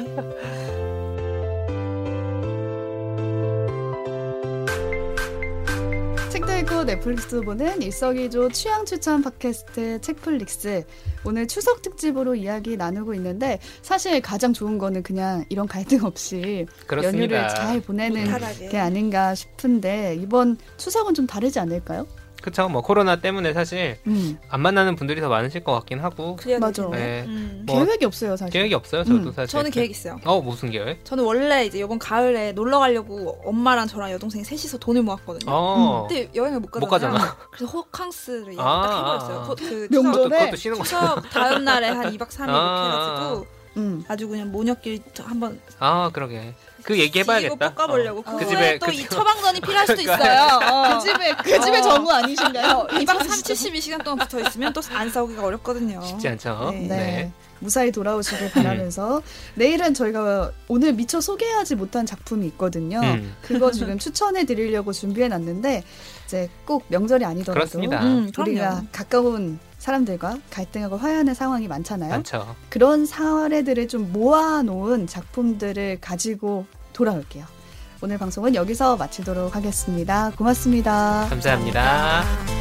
책도 읽고 넷플릭스도 보는 일석이조 취향 추천 팟캐스트 책플릭스. 오늘 추석 특집으로 이야기 나누고 있는데 사실 가장 좋은 거는 그냥 이런 갈등 없이
어.
연휴를
그렇습니다.
잘 보내는
음.
게
무탈하게.
아닌가 싶은데 이번 추석은 좀 다르지 않을까요?
그쵸. 뭐 코로나 때문에 사실
음.
안 만나는 분들이 더 많으실 것 같긴 하고
그래야
맞아.
되겠네.
네.
음.
뭐,
계획이 없어요 사실.
계획이 없어요. 저도
음,
사실.
저는 계획 있어요.
어 무슨 계획?
저는 원래 이제 이번 가을에 놀러 가려고 엄마랑 저랑 여동생 셋이서 돈을 모았거든요.
어.
그때 여행을 못 가잖아요.
못 가잖아.
그래서 호캉스를
아,
딱 해버렸어요.
아.
그- 그
명절.
추석,
그것도,
전에
그것도 쉬는 거죠.
추석 다음 날에 한 2박 3일
아.
이렇게 해가지고
음.
아주 그냥 모녀끼리 저 한번
아 그러게. 그
이거
얘기해봐야겠다.
볶아보려고.
어.
그,
그
후에
집에-
또
그
이
집-
처방전이 필요할 수도 있어요. 어.
그 집에 그 집의
어.
정우 아니신가요?
어,
2박 3 72시간 동안 붙어 있으면 또 안 싸우기가 어렵거든요.
쉽지 않죠.
네.
네. 무사히
음.
돌아오시길 바라면서 내일은 저희가 오늘 미처 소개하지 못한 작품이 있거든요.
네.
음,
그거 지금 추천해 드리려고 준비해 놨는데 이제 꼭 명절이 아니더라도
그렇습니다.
음,
우리가
그럼요.
가까운 사람들과 갈등하고 화해하는 상황이
어.
많잖아요.
많죠.
그런 사례들을 좀 모아놓은 작품들을 가지고 돌아올게요. 오늘 방송은 여기서 마치도록 하겠습니다. 고맙습니다.
감사합니다.
아.